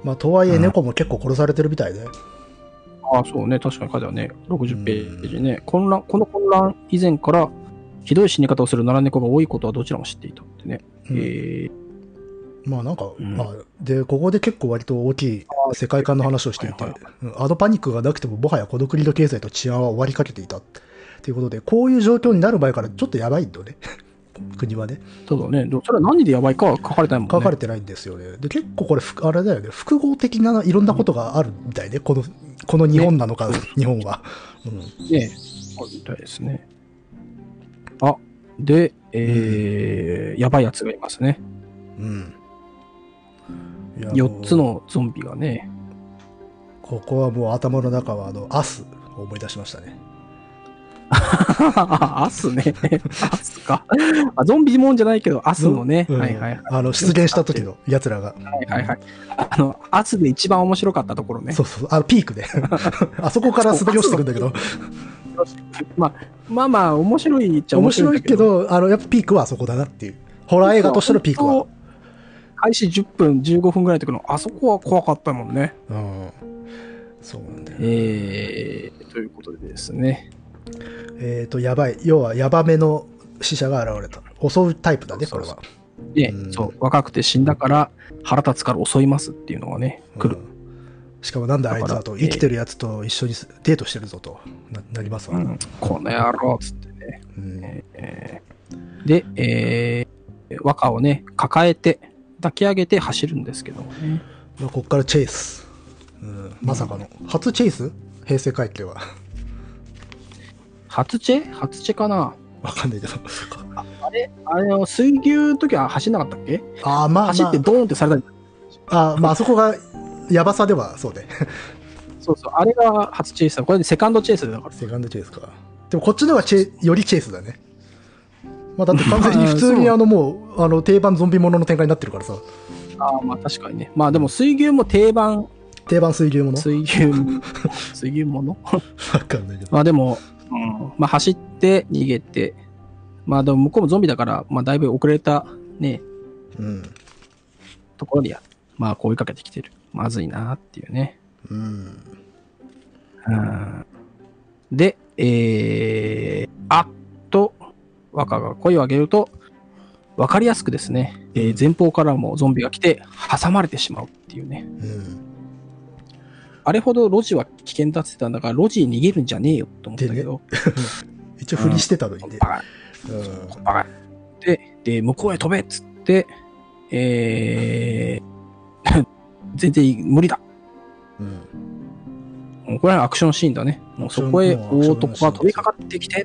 B: まあ、とはいえ
A: うん
B: 猫も結構殺されてるみたいで、
A: ああ、そうね、確かに書いてあるね。60ページね。混乱、この混乱以前から、ひどい死に方をする野良猫が多いことはどちらも知っていたってね。
B: うん
A: えー
B: まあなんか、
A: うん
B: まあ、でここで結構割と大きい世界観の話をしていて、
A: はい
B: うんアドパニックがなくてももはやこの国の経済と治安は終わりかけていたということでこういう状況になる前からちょっとやばいんだよね 国はね
A: ただね、どそれは何でやばいかは書かれてないもんね。
B: 書かれてないんですよねで結構これふあれだよね複合的ないろんなことがあるみたいねこのこの日本なのか、日本は、うん、
A: ねあるみたいですね。あ、で、えーやばいやつがいますね。
B: うん。いや
A: 4つ。のゾンビがね、
B: もうここはもう頭の中は、あの、アスを思い出しましたね。
A: アスね。アスか。あゾンビもんじゃないけど、アスのね。
B: うん
A: はいはいはい。
B: あの、出現した 時の奴らが。
A: はいはい。あの、アスで一番面白かったところね。
B: そうそう、あの、ピ ークで。あそこから滑り落ちてくんだけど、
A: まあ、まあまあ、面白いっちゃ
B: 面
A: 面白
B: 白
A: い
B: いけ、ど、あの、やっぱピークはあそこだなっていう。ホラー映画としてのピークは。。
A: 開始10分、15分ぐらいの時の、あそこは怖かったもんね。
B: うん。そうなんだよ。
A: えー、ということでですね。
B: えっ、と、やばい。要は、ヤバめの死者が現れた。襲うタイプだね、こ
A: そう
B: れ
A: そう
B: は。
A: で
B: う、ん
A: そう、若くて死んだから、腹立つから襲いますっていうのがね、来る。
B: うんしかも、なんだあいつだと、
A: だから
B: 生きてるやつと一緒にデートしてるぞとななります
A: う
B: わ。
A: ん、この野郎っつってね。
B: うん
A: えーで、えー和歌をね、抱えて、抱き上げて走るんですけどもね。
B: まあ、ここからチェイス、うん、まさかの、初チェイス平成会計は
A: 初チェ初チェかな
B: わか んないけど
A: あれの、水牛の時は走んなかったっけ
B: ああまあ、ま
A: 走ってドーンってされたり
B: あ、あーまああそこがやばさではそうね
A: そうそう、あれが初チェイスだ。これでセカンドチェイスだから。
B: セカンドチェイスかでもこっちのがチェよりチェイスだねまあだって完全に普通に
A: そう
B: あのもうあの定番ゾンビものの展開になってるからさ
A: ああ、まあ確かにね。まあでも水牛も定番、
B: 定番水牛もの
A: 水牛、 水牛もの
B: わかんないけど
A: まあでも、うん、まあ走って逃げて、まあでも向こうもゾンビだから、まあだいぶ遅れたね、
B: うん
A: ところでや、まあこう追いかけてきてる。まずいなっていうね。
B: うん
A: うんで、えー、あっと、若が声を上げると、わかりやすくですね、えー前方からもゾンビが来て、挟まれてしまうっていうね。
B: うん
A: あれほど路地は危険だって言ってたんだから、路地に逃げるんじゃねえよと思ったけど、
B: 一応振りしてたのにね、
A: バカ、
B: うん
A: バカ。で、で、向こうへ飛べっつって、えー、 全然無理だ。
B: うん
A: もうこれはアクションシーンだね。もうそこへ男が飛びかかってきて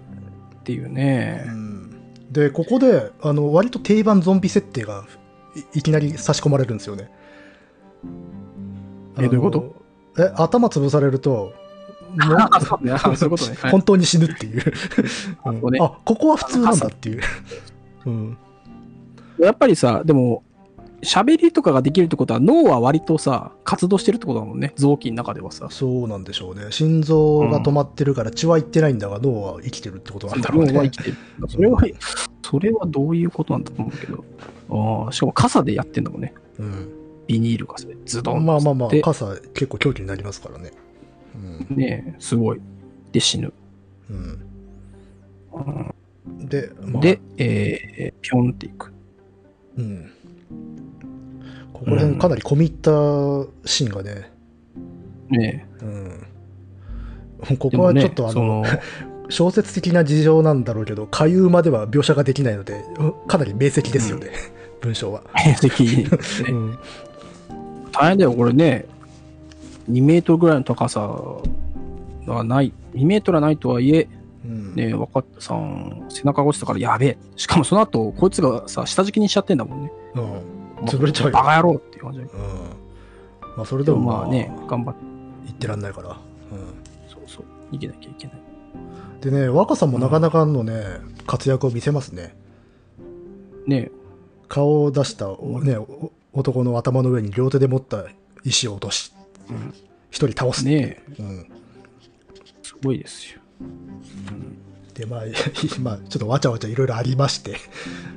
A: っていう
B: う
A: ね。
B: んでここであの割と定番ゾンビ設定がいいきなり差し込まれるんですよね
A: えどういうこと
B: とえ頭潰されるとも
A: あ そうねあそういうことね。はい
B: 本当に死ぬっていう、う
A: ここね
B: ん、あここは普通なんだっていう、うん、
A: やっぱりさ、でも、喋りとかができるってことは、脳は割とさ、活動してるってことだもんね。臓器の中ではさ。
B: そうなんでしょうね心臓が止まってるから血は行ってないんだが脳は生きてるってことなんだろう
A: 脳は生
B: ね
A: きてる。それは、それはどういうことなんだと思うけど。ああ、しかも傘でやってんだもんね。
B: うん、
A: ビニール傘でズドンって
B: まあまあまあ
A: で
B: 傘結構凶器になりますからねうん、
A: ねえすごい。で、死ぬ。
B: うん
A: うん
B: で、まあ、
A: で、えー、ピョンっていく。
B: うんここら辺かなり込み入ったシーンがね、
A: ね
B: うん、こ
A: えで
B: こは
A: もね
B: ちょっとあ
A: そ
B: の、
A: の、
B: 小説的な事情なんだろうけど、かゆうまでは描写ができないので、うんかなり明晰ですよね、文章は。
A: 的
B: うん
A: 大変だよ、これね。2メートルぐらいの高さはない。2メートルはないとはいえ、
B: うん
A: ね、若田さん、背中が落ちたからやべえ。しかもその後、こいつがさ、下敷きにしちゃってんだもんね。
B: うん潰れちゃうよ
A: バカ野郎っていう感じだけ
B: うんまあ、それで
A: ど。
B: も
A: ま
B: ま
A: あ
B: あ
A: ね、頑張って、
B: 言ってらんないから。
A: そうそう、逃げなきゃいけない。
B: うん、でね、若さんもなかなかのね、活躍を見せますね。
A: ね
B: 顔を出した、おね、お男の頭の上に両手で持った石を落とし、
A: うん
B: 一人倒すっていう
A: ね
B: うん
A: すごいですよ。
B: で、まあ、 まあ、ちょっとわちゃわちゃいろいろありま して、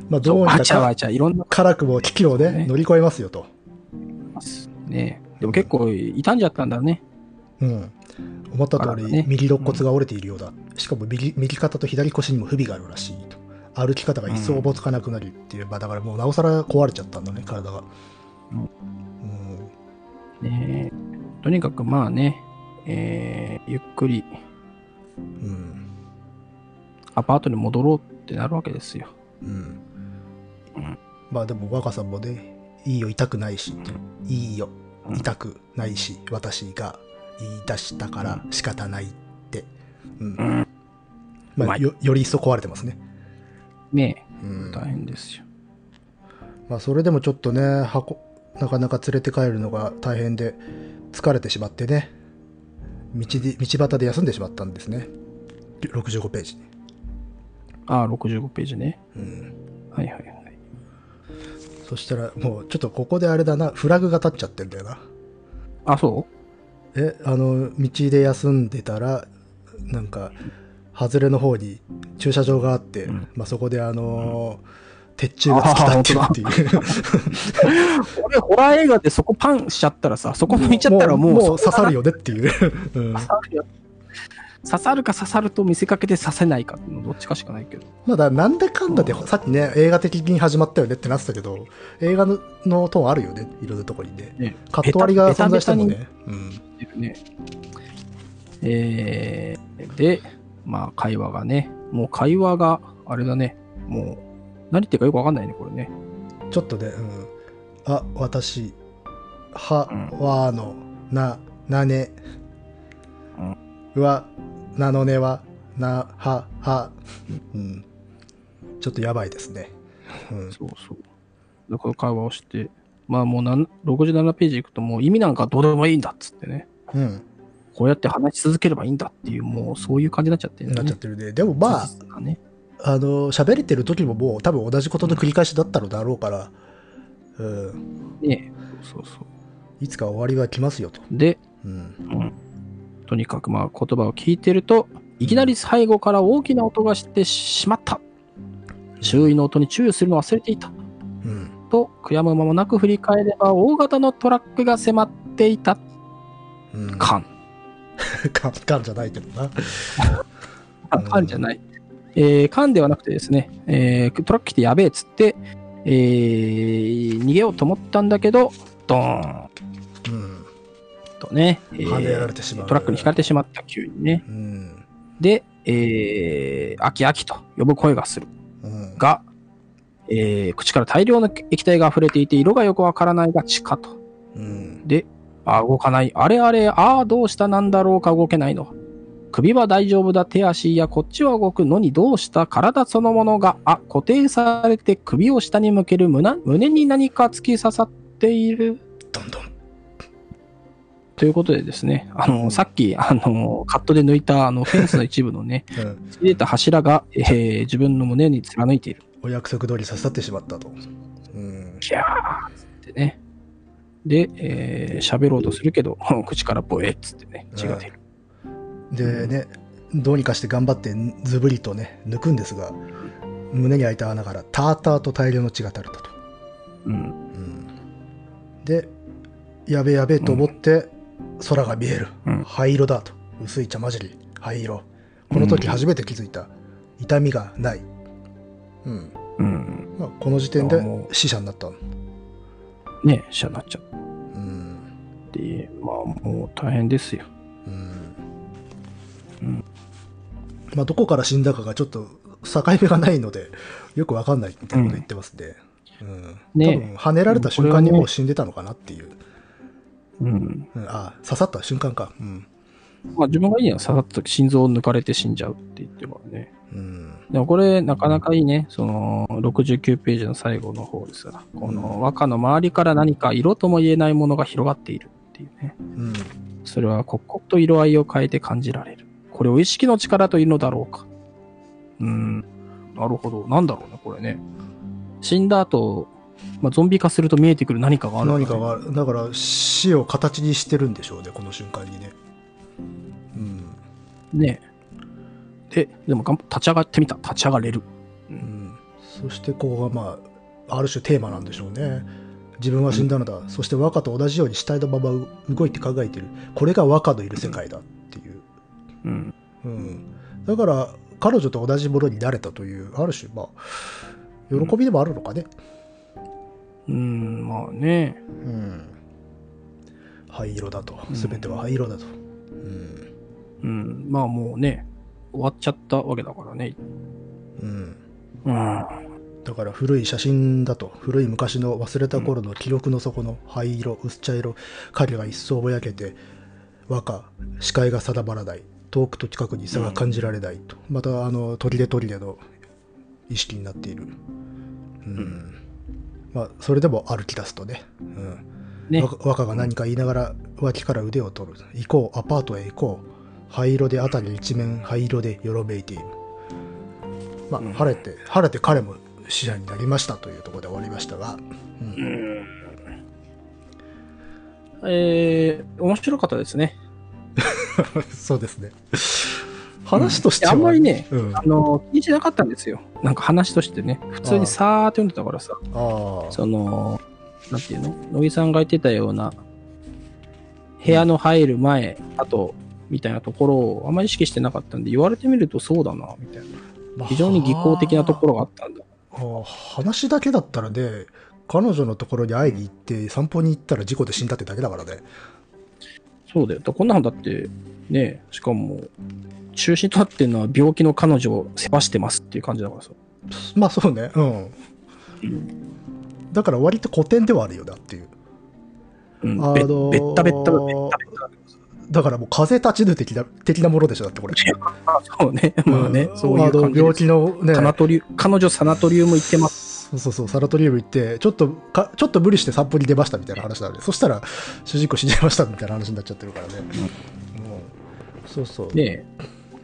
B: まあ、
A: そ
B: ど
A: う
B: うに
A: わ
B: か
A: ちゃ
B: か
A: わちゃ、いろんな
B: 辛くも危機をね、
A: ね
B: 乗り越えますよと。
A: ますね。でも結構傷んじゃったんだね。
B: うん。思った通り、
A: あね
B: 右肋骨が折れているようだ。しかも右、右肩と左腰にも不備があるらしいと。歩き方が一層おぼつかなくなりっていう、まあだからもうなおさら壊れちゃったんだね、体が。
A: う
B: うん
A: ん。ねとにかくまあね、えーゆっくり
B: うん。
A: アパートに戻ろうってなるわけですよ。
B: うん
A: うん。
B: まあでも若さんもね、いいよ、痛くないし、いいよ、
A: うん
B: 痛くないし、私が言い出したから仕方ないって。うん
A: う。ん。
B: ま
A: ま
B: あ、
A: あ
B: よより一層壊れてますね。
A: ね
B: うん
A: 大変ですよ。
B: まあ、それでもちょっとね箱なかなか連れて帰るのが大変で疲れてしまってね道で道端で休んでしまったんですね65ページに、
A: ああ、65ページね。
B: うん、
A: はいはいはい。
B: そしたらもうちょっとここであれだなフラグが立っちゃってんだよな
A: あ、そう
B: えあの道で休んでたらなんか外れの方に駐車場があって、
A: うん
B: まあ、そこであのー鉄柱が突き立ってるっていう
A: 俺、ホラー映画でそこパンしちゃったらさ、そこ 向いちゃったらもう、
B: もう刺さるよねっていう、 うん
A: 刺さるよ刺さるか刺さると見せかけて刺せないかっていうのどっちかしかないけど。
B: まあだからなんだかんだで、
A: うん
B: さっきね、映画的に始まったよねってなってたけど、映画ののトーンあるよね、いろんなところにね。
A: ね、
B: カット割りが存在してもね。うん。
A: ベタベタになってるね。えー、で、まあ会話がね、もう会話があれだね、もう何言ってるかよくわかんないね、これね。
B: ちょっとね、うん。あ、私、は
A: う、
B: わの、な、なね、は、なのねは、な、は、は、うん。ちょっとやばいですね。うん。
A: そうそう。で、この会話をして、まあもうなん67ページ行くともう意味なんかどうでもいいんだっつってね、
B: うん。
A: こうやって話し続ければいいんだっていう、もうそういう感じになっちゃってる
B: なっちゃってるね。でもまあ、
A: 事実がね
B: あの喋れてる時ももう多分同じことの繰り返しだったのだろうから、うん、
A: ねそうそう。
B: いつか終わりは来ますよと、
A: で、
B: うん、
A: とにかくまあ言葉を聞いてると、いきなり背後から大きな音がしてしまった。周囲の音に注意するのを忘れていた。
B: うん、
A: と、悔やむ間もなく振り返れば、大型のトラックが迫っていた。
B: うん、
A: カン。
B: かんかんじゃないけどな、
A: あカンじゃない。えー、カンではなくてですね、えートラック来てやべえっつって、えー逃げようと思ったんだけど、ドーン
B: うん
A: とね、えー
B: 跳ねられてしまう
A: トラックにひかれてしまった、急にね。
B: うん
A: で、えー、秋秋と呼ぶ声がする。
B: うん、
A: が、えー口から大量の液体が溢れていて、色がよくわからないが地下と。
B: うん、
A: で、あ、動かない。あれあれ、ああ、どうしたなんだろうか動けないの。首は大丈夫だ、手足やこっちは動くのにどうした体そのものが、あ、固定されて首を下に向ける胸、胸に何か突き刺さっている。
B: どんどん、
A: ということでですね、あの、さっき、あの、カットで抜いた、あの、フェンスの一部の ね、
B: うん、
A: 突き出た柱が、えー自分の胸に貫いている。
B: お約束通り刺さってしまったと、うん、
A: キャーっつってね。で、えー喋ろうとするけど、口からボエっつってね、血が出る。
B: でねどうにかして頑張ってズブリとね抜くんですが胸に開いた穴からターターと大量の血が垂れたと
A: うん。
B: でやべやべと思って空が見える、
A: うん
B: 灰色だと薄い茶混じり灰色この時初めて気づいた、痛みがない、うん
A: うん。
B: まあ、この時点
A: あ
B: で
A: もう
B: 死者になった、う
A: ね、死者になっちゃっ
B: ん
A: て、まあもう大変ですよ。
B: うん
A: うん
B: まあ、どこから死んだかがちょっと境目がないので、よくわかんないってこと言ってますね。うん。
A: ね
B: 多分、跳ねられた瞬間にもう死んでたのかなっていう。
A: うん。
B: うん、あ、刺さった瞬間か。うん。
A: まあ自分がいいのは刺さった時心臓を抜かれて死んじゃうって言ってるからね。
B: うん。
A: でもこれなかなかいいね。その69ページの最後の方ですが、この和歌の周りから何か色とも言えないものが広がっているっていうね。
B: うん。
A: それは刻々と色合いを変えて感じられる。これを意識の力というのだろうか。うーん、なるほど。なんだろうね、これね。死んだ後、まあ、ゾンビ化すると見えてくる何かがあるのね
B: 何かがあるだから死を形にしてるんでしょうねこの瞬間にねうん、
A: ねえ。で、でもがん立ち上がってみた。立ち上がれる。
B: うん、そしてここがまあある種テーマなんでしょうね自分は死んだのだ、そして和歌と同じように死体のままう動いて考えてるこれが和歌のいる世界だっていう、
A: うん。
B: うん、だから彼女と同じものになれたというある種まあ喜びでもあるのかね、
A: うーん、まあね。
B: うん、灰色だと全ては灰色だと、うん
A: うん、まあもうね、終わっちゃったわけだからね。
B: うん
A: うん。
B: だから古い写真だと古い昔の忘れた頃の記録の底の灰色薄茶色影が一層ぼやけて和歌視界が定まらない遠くと近くに差が感じられないと、またあの砦砦の意識になっているうん、まあそれでも歩き出すとね,、うん、
A: ね
B: わ和歌が何か言いながら脇から腕を取る行こうアパートへ行こう灰色で辺り一面灰色でよろめいているまあ、
A: うん
B: 晴れて晴れて彼も死者になりましたというところで終わりましたが、うん
A: えー、面白かったですね。
B: そうですね話としては、
A: あんまりね
B: うん、あ
A: あの、気にしなかったんですよ。なんか話としてね。普通にさーって読んでたからさ。
B: あ
A: その、なんていうの乃木さんが言ってたような、部屋の入る前、あと、みたいなところをあんまり意識してなかったんで、言われてみるとそうだな、みたいな。
B: まあ
A: 非常に技巧的なところがあったんだ。
B: ああ話だけだったらね彼女のところに会いに行って散歩に行ったら事故で死んだってだけだからね
A: そうだよ。だからこんなのだって、ね、しかも、中止となってるのは病気の彼女を世話してますっていう感じだからさ。
B: まあそうねうんだから割と古典ではあるよなっていう
A: うん。
B: あ
A: べ
B: のー
A: べったべったべったべ
B: だからもう風立ちぬ的な的なものでしょだってこ
A: っ
B: れ
A: た。そうね。まあね、
B: ん
A: そういう
B: あ
A: 感
B: の
A: じで
B: 病
A: す
B: 気。のね
A: サナトリウ彼女サナトリウム行ってます。
B: そうそうそうサラトリウム行ってちょっとかちょっと無理して散歩に出ましたみたいな話なんでそしたら主人公死んじゃいましたみたいな話になっちゃってるからね、うん、そうそう
A: ね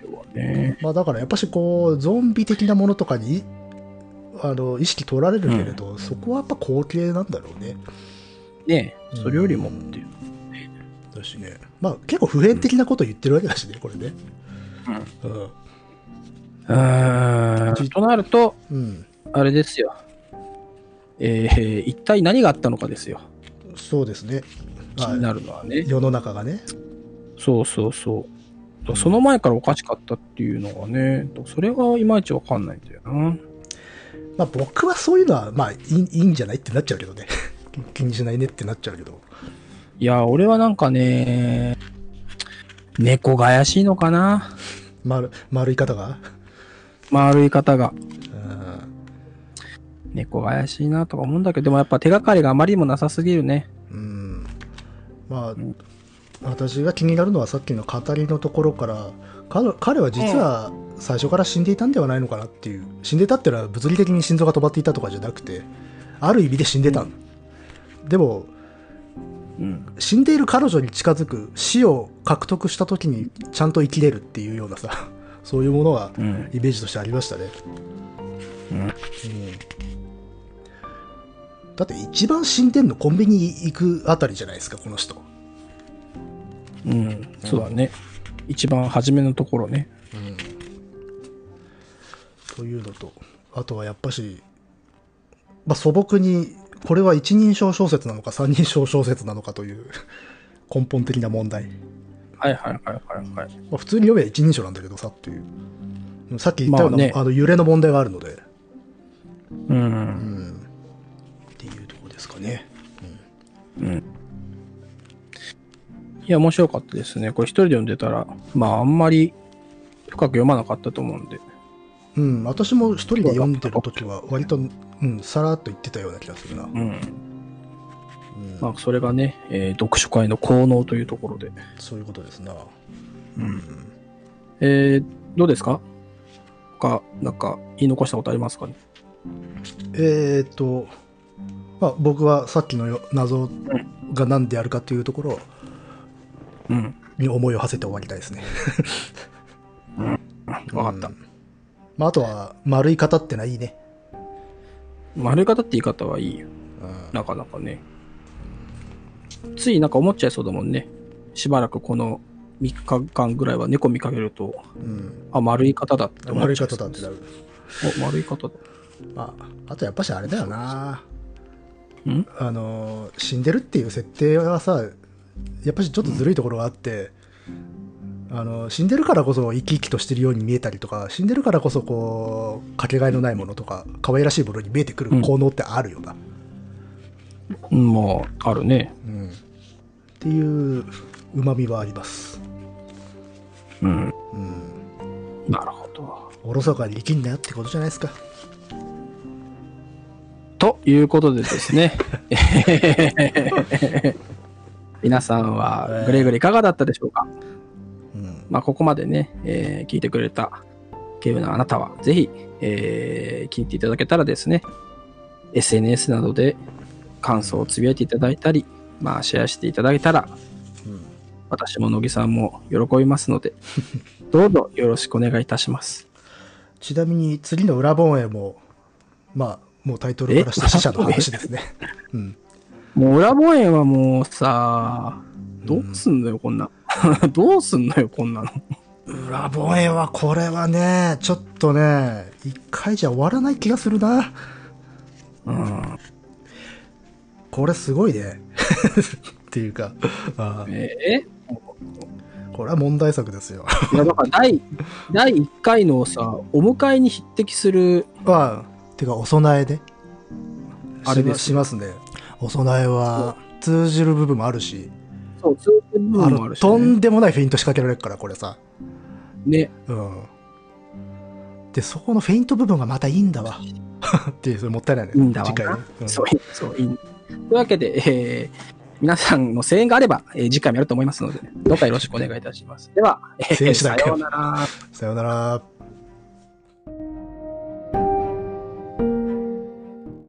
A: これはね。
B: まあ、だからやっぱしこうゾンビ的なものとかにいあの意識取られるけれど、そこはやっぱ光景なんだろうね
A: ねそれよりもっていう。
B: だしねまあ結構普遍的なこと言ってるわけだしねこれねうん、
A: うーん。となると、
B: うん
A: あれですよ。えー、一体何があったのかですよ。
B: そうですね、
A: 気に
B: は
A: なるのはね。
B: い、世の中がね
A: そうそうそう。その前からおかしかったっていうのがね、それがいまいちわかんないんだよな。
B: まあ僕はそういうのはまあいいいいんじゃないってなっちゃうけどね 気にしないねってなっちゃうけど
A: いや、俺はなんかね、猫が怪しいのかな。
B: 丸丸い方が、
A: 丸い方が。
B: うん
A: 猫が怪しいなとか思うんだけど、でもやっぱ手がかりがあまりにもなさすぎるね。
B: うん、まあ、
A: ん
B: 私が気になるのはさっきの語りのところから彼彼は実は最初から死んでいたんではないのかなっていう死んでたってのは物理的に心臓が止まっていたとかじゃなくてある意味で死んでた、でも
A: うん。
B: 死んでいる彼女に近づく死を獲得した時にちゃんと生きれるっていうようなさ そういうものが
A: うん。
B: イメージとしてありましたね、
A: うん
B: だって一番死んでんのコンビニ行くあたりじゃないですかこの人
A: うん、そうだね。一番初めのところね。
B: というのとあとはやっぱし、まあ、素朴にこれは一人称小説なのか三人称小説なのかという 根本的な問題、
A: はいはいはいはいはい。
B: まあ、普通に読めば一人称なんだけどさっていううんさっき言ったような、
A: まあね
B: あの揺れの問題があるので、
A: う。
B: うんん、っていうところですかね
A: うん。いや、面白かったですね。これ一人で読んでたら、まああんまり深く読まなかったと思うんで。
B: うん、私も一人で読んでる時は割と、うん、さらっと言ってたような気がするな。
A: うん。
B: うん
A: まあ、それがね、えー読書会の効能というところで。
B: そういうことですな。
A: うん。えー、どうですか他、なんか、言い残したことありますかね
B: えー、っと、まあ、僕はさっきのよ謎が何であるかというところ
A: うん。
B: に思いを馳せて終わりたいですね。
A: わかった
B: うん。まあ、あとは、丸い方ってのはいいね。
A: 丸い方って言い方はいいよ。
B: うん、
A: なかなかね。ついなんか思っちゃいそうだもんね。しばらくこの3日間ぐらいは猫見かけると、
B: うん
A: あ、丸い方だって思っ
B: 丸い
A: ちゃ
B: 方だってなる。
A: お丸い方だ。
B: まあ、あとやっぱしあれだよな。
A: ん
B: あのー死んでるっていう設定はさやっぱりちょっとずるいところがあって、あのー死んでるからこそ生き生きとしてるように見えたりとか死んでるからこそこうかけがえのないものとか可愛らしいものに見えてくる効能ってあるよな、
A: うんまあ、あるね。
B: うんっていううまみはあります、
A: うん。
B: うん、
A: なるほど。
B: おろそかに生きんなよってことじゃないですか
A: ということでですね。皆さんは、ぐれぐれいかがだったでしょうか
B: うん
A: まあ、ここまでね、えー聞いてくれたゲームのあなたは、ぜひ、えー聞いていただけたらですね、SNS などで感想をつぶやいていただいたり、まあ、シェアしていただけたら、
B: うん
A: 私も乃木さんも喜びますので、どうぞよろしくお願いいたします。
B: ちなみに次の裏本営もまあもうタイトルからして
A: え
B: 死者の話ですね、うん、
A: もう、裏望遠はもうさ、どうすんのよ、こんな。 どうすんのよ、こんなの。
B: 裏本営はこれはねちょっとね一回じゃ終わらない気がするな
A: うん。
B: これすごいね っていうかあー
A: え
B: これは問題作ですよ
A: いや、だから第、第1回のさ、お迎えに匹敵する、
B: まあてかお供えで
A: あれです
B: しましますねお供えは通じる部分もあるし
A: そう、そういう部
B: あ
A: 分もあ
B: の
A: るし、
B: とんでもないフェイント仕掛けられるからこれさ
A: ね、
B: うんでそこのフェイント部分がまたいいんだわ っていうそれもったいないね
A: いいんだわ
B: 次回ね、うん
A: そう、いいそう、いい。というわけで、えー皆さんの声援があれば、えー次回もやると思いますので、どうかよろしくお願いいたします。では、えー
B: 声援しな
A: さ
B: いか
A: よ
B: よ
A: うなら。
B: さようなら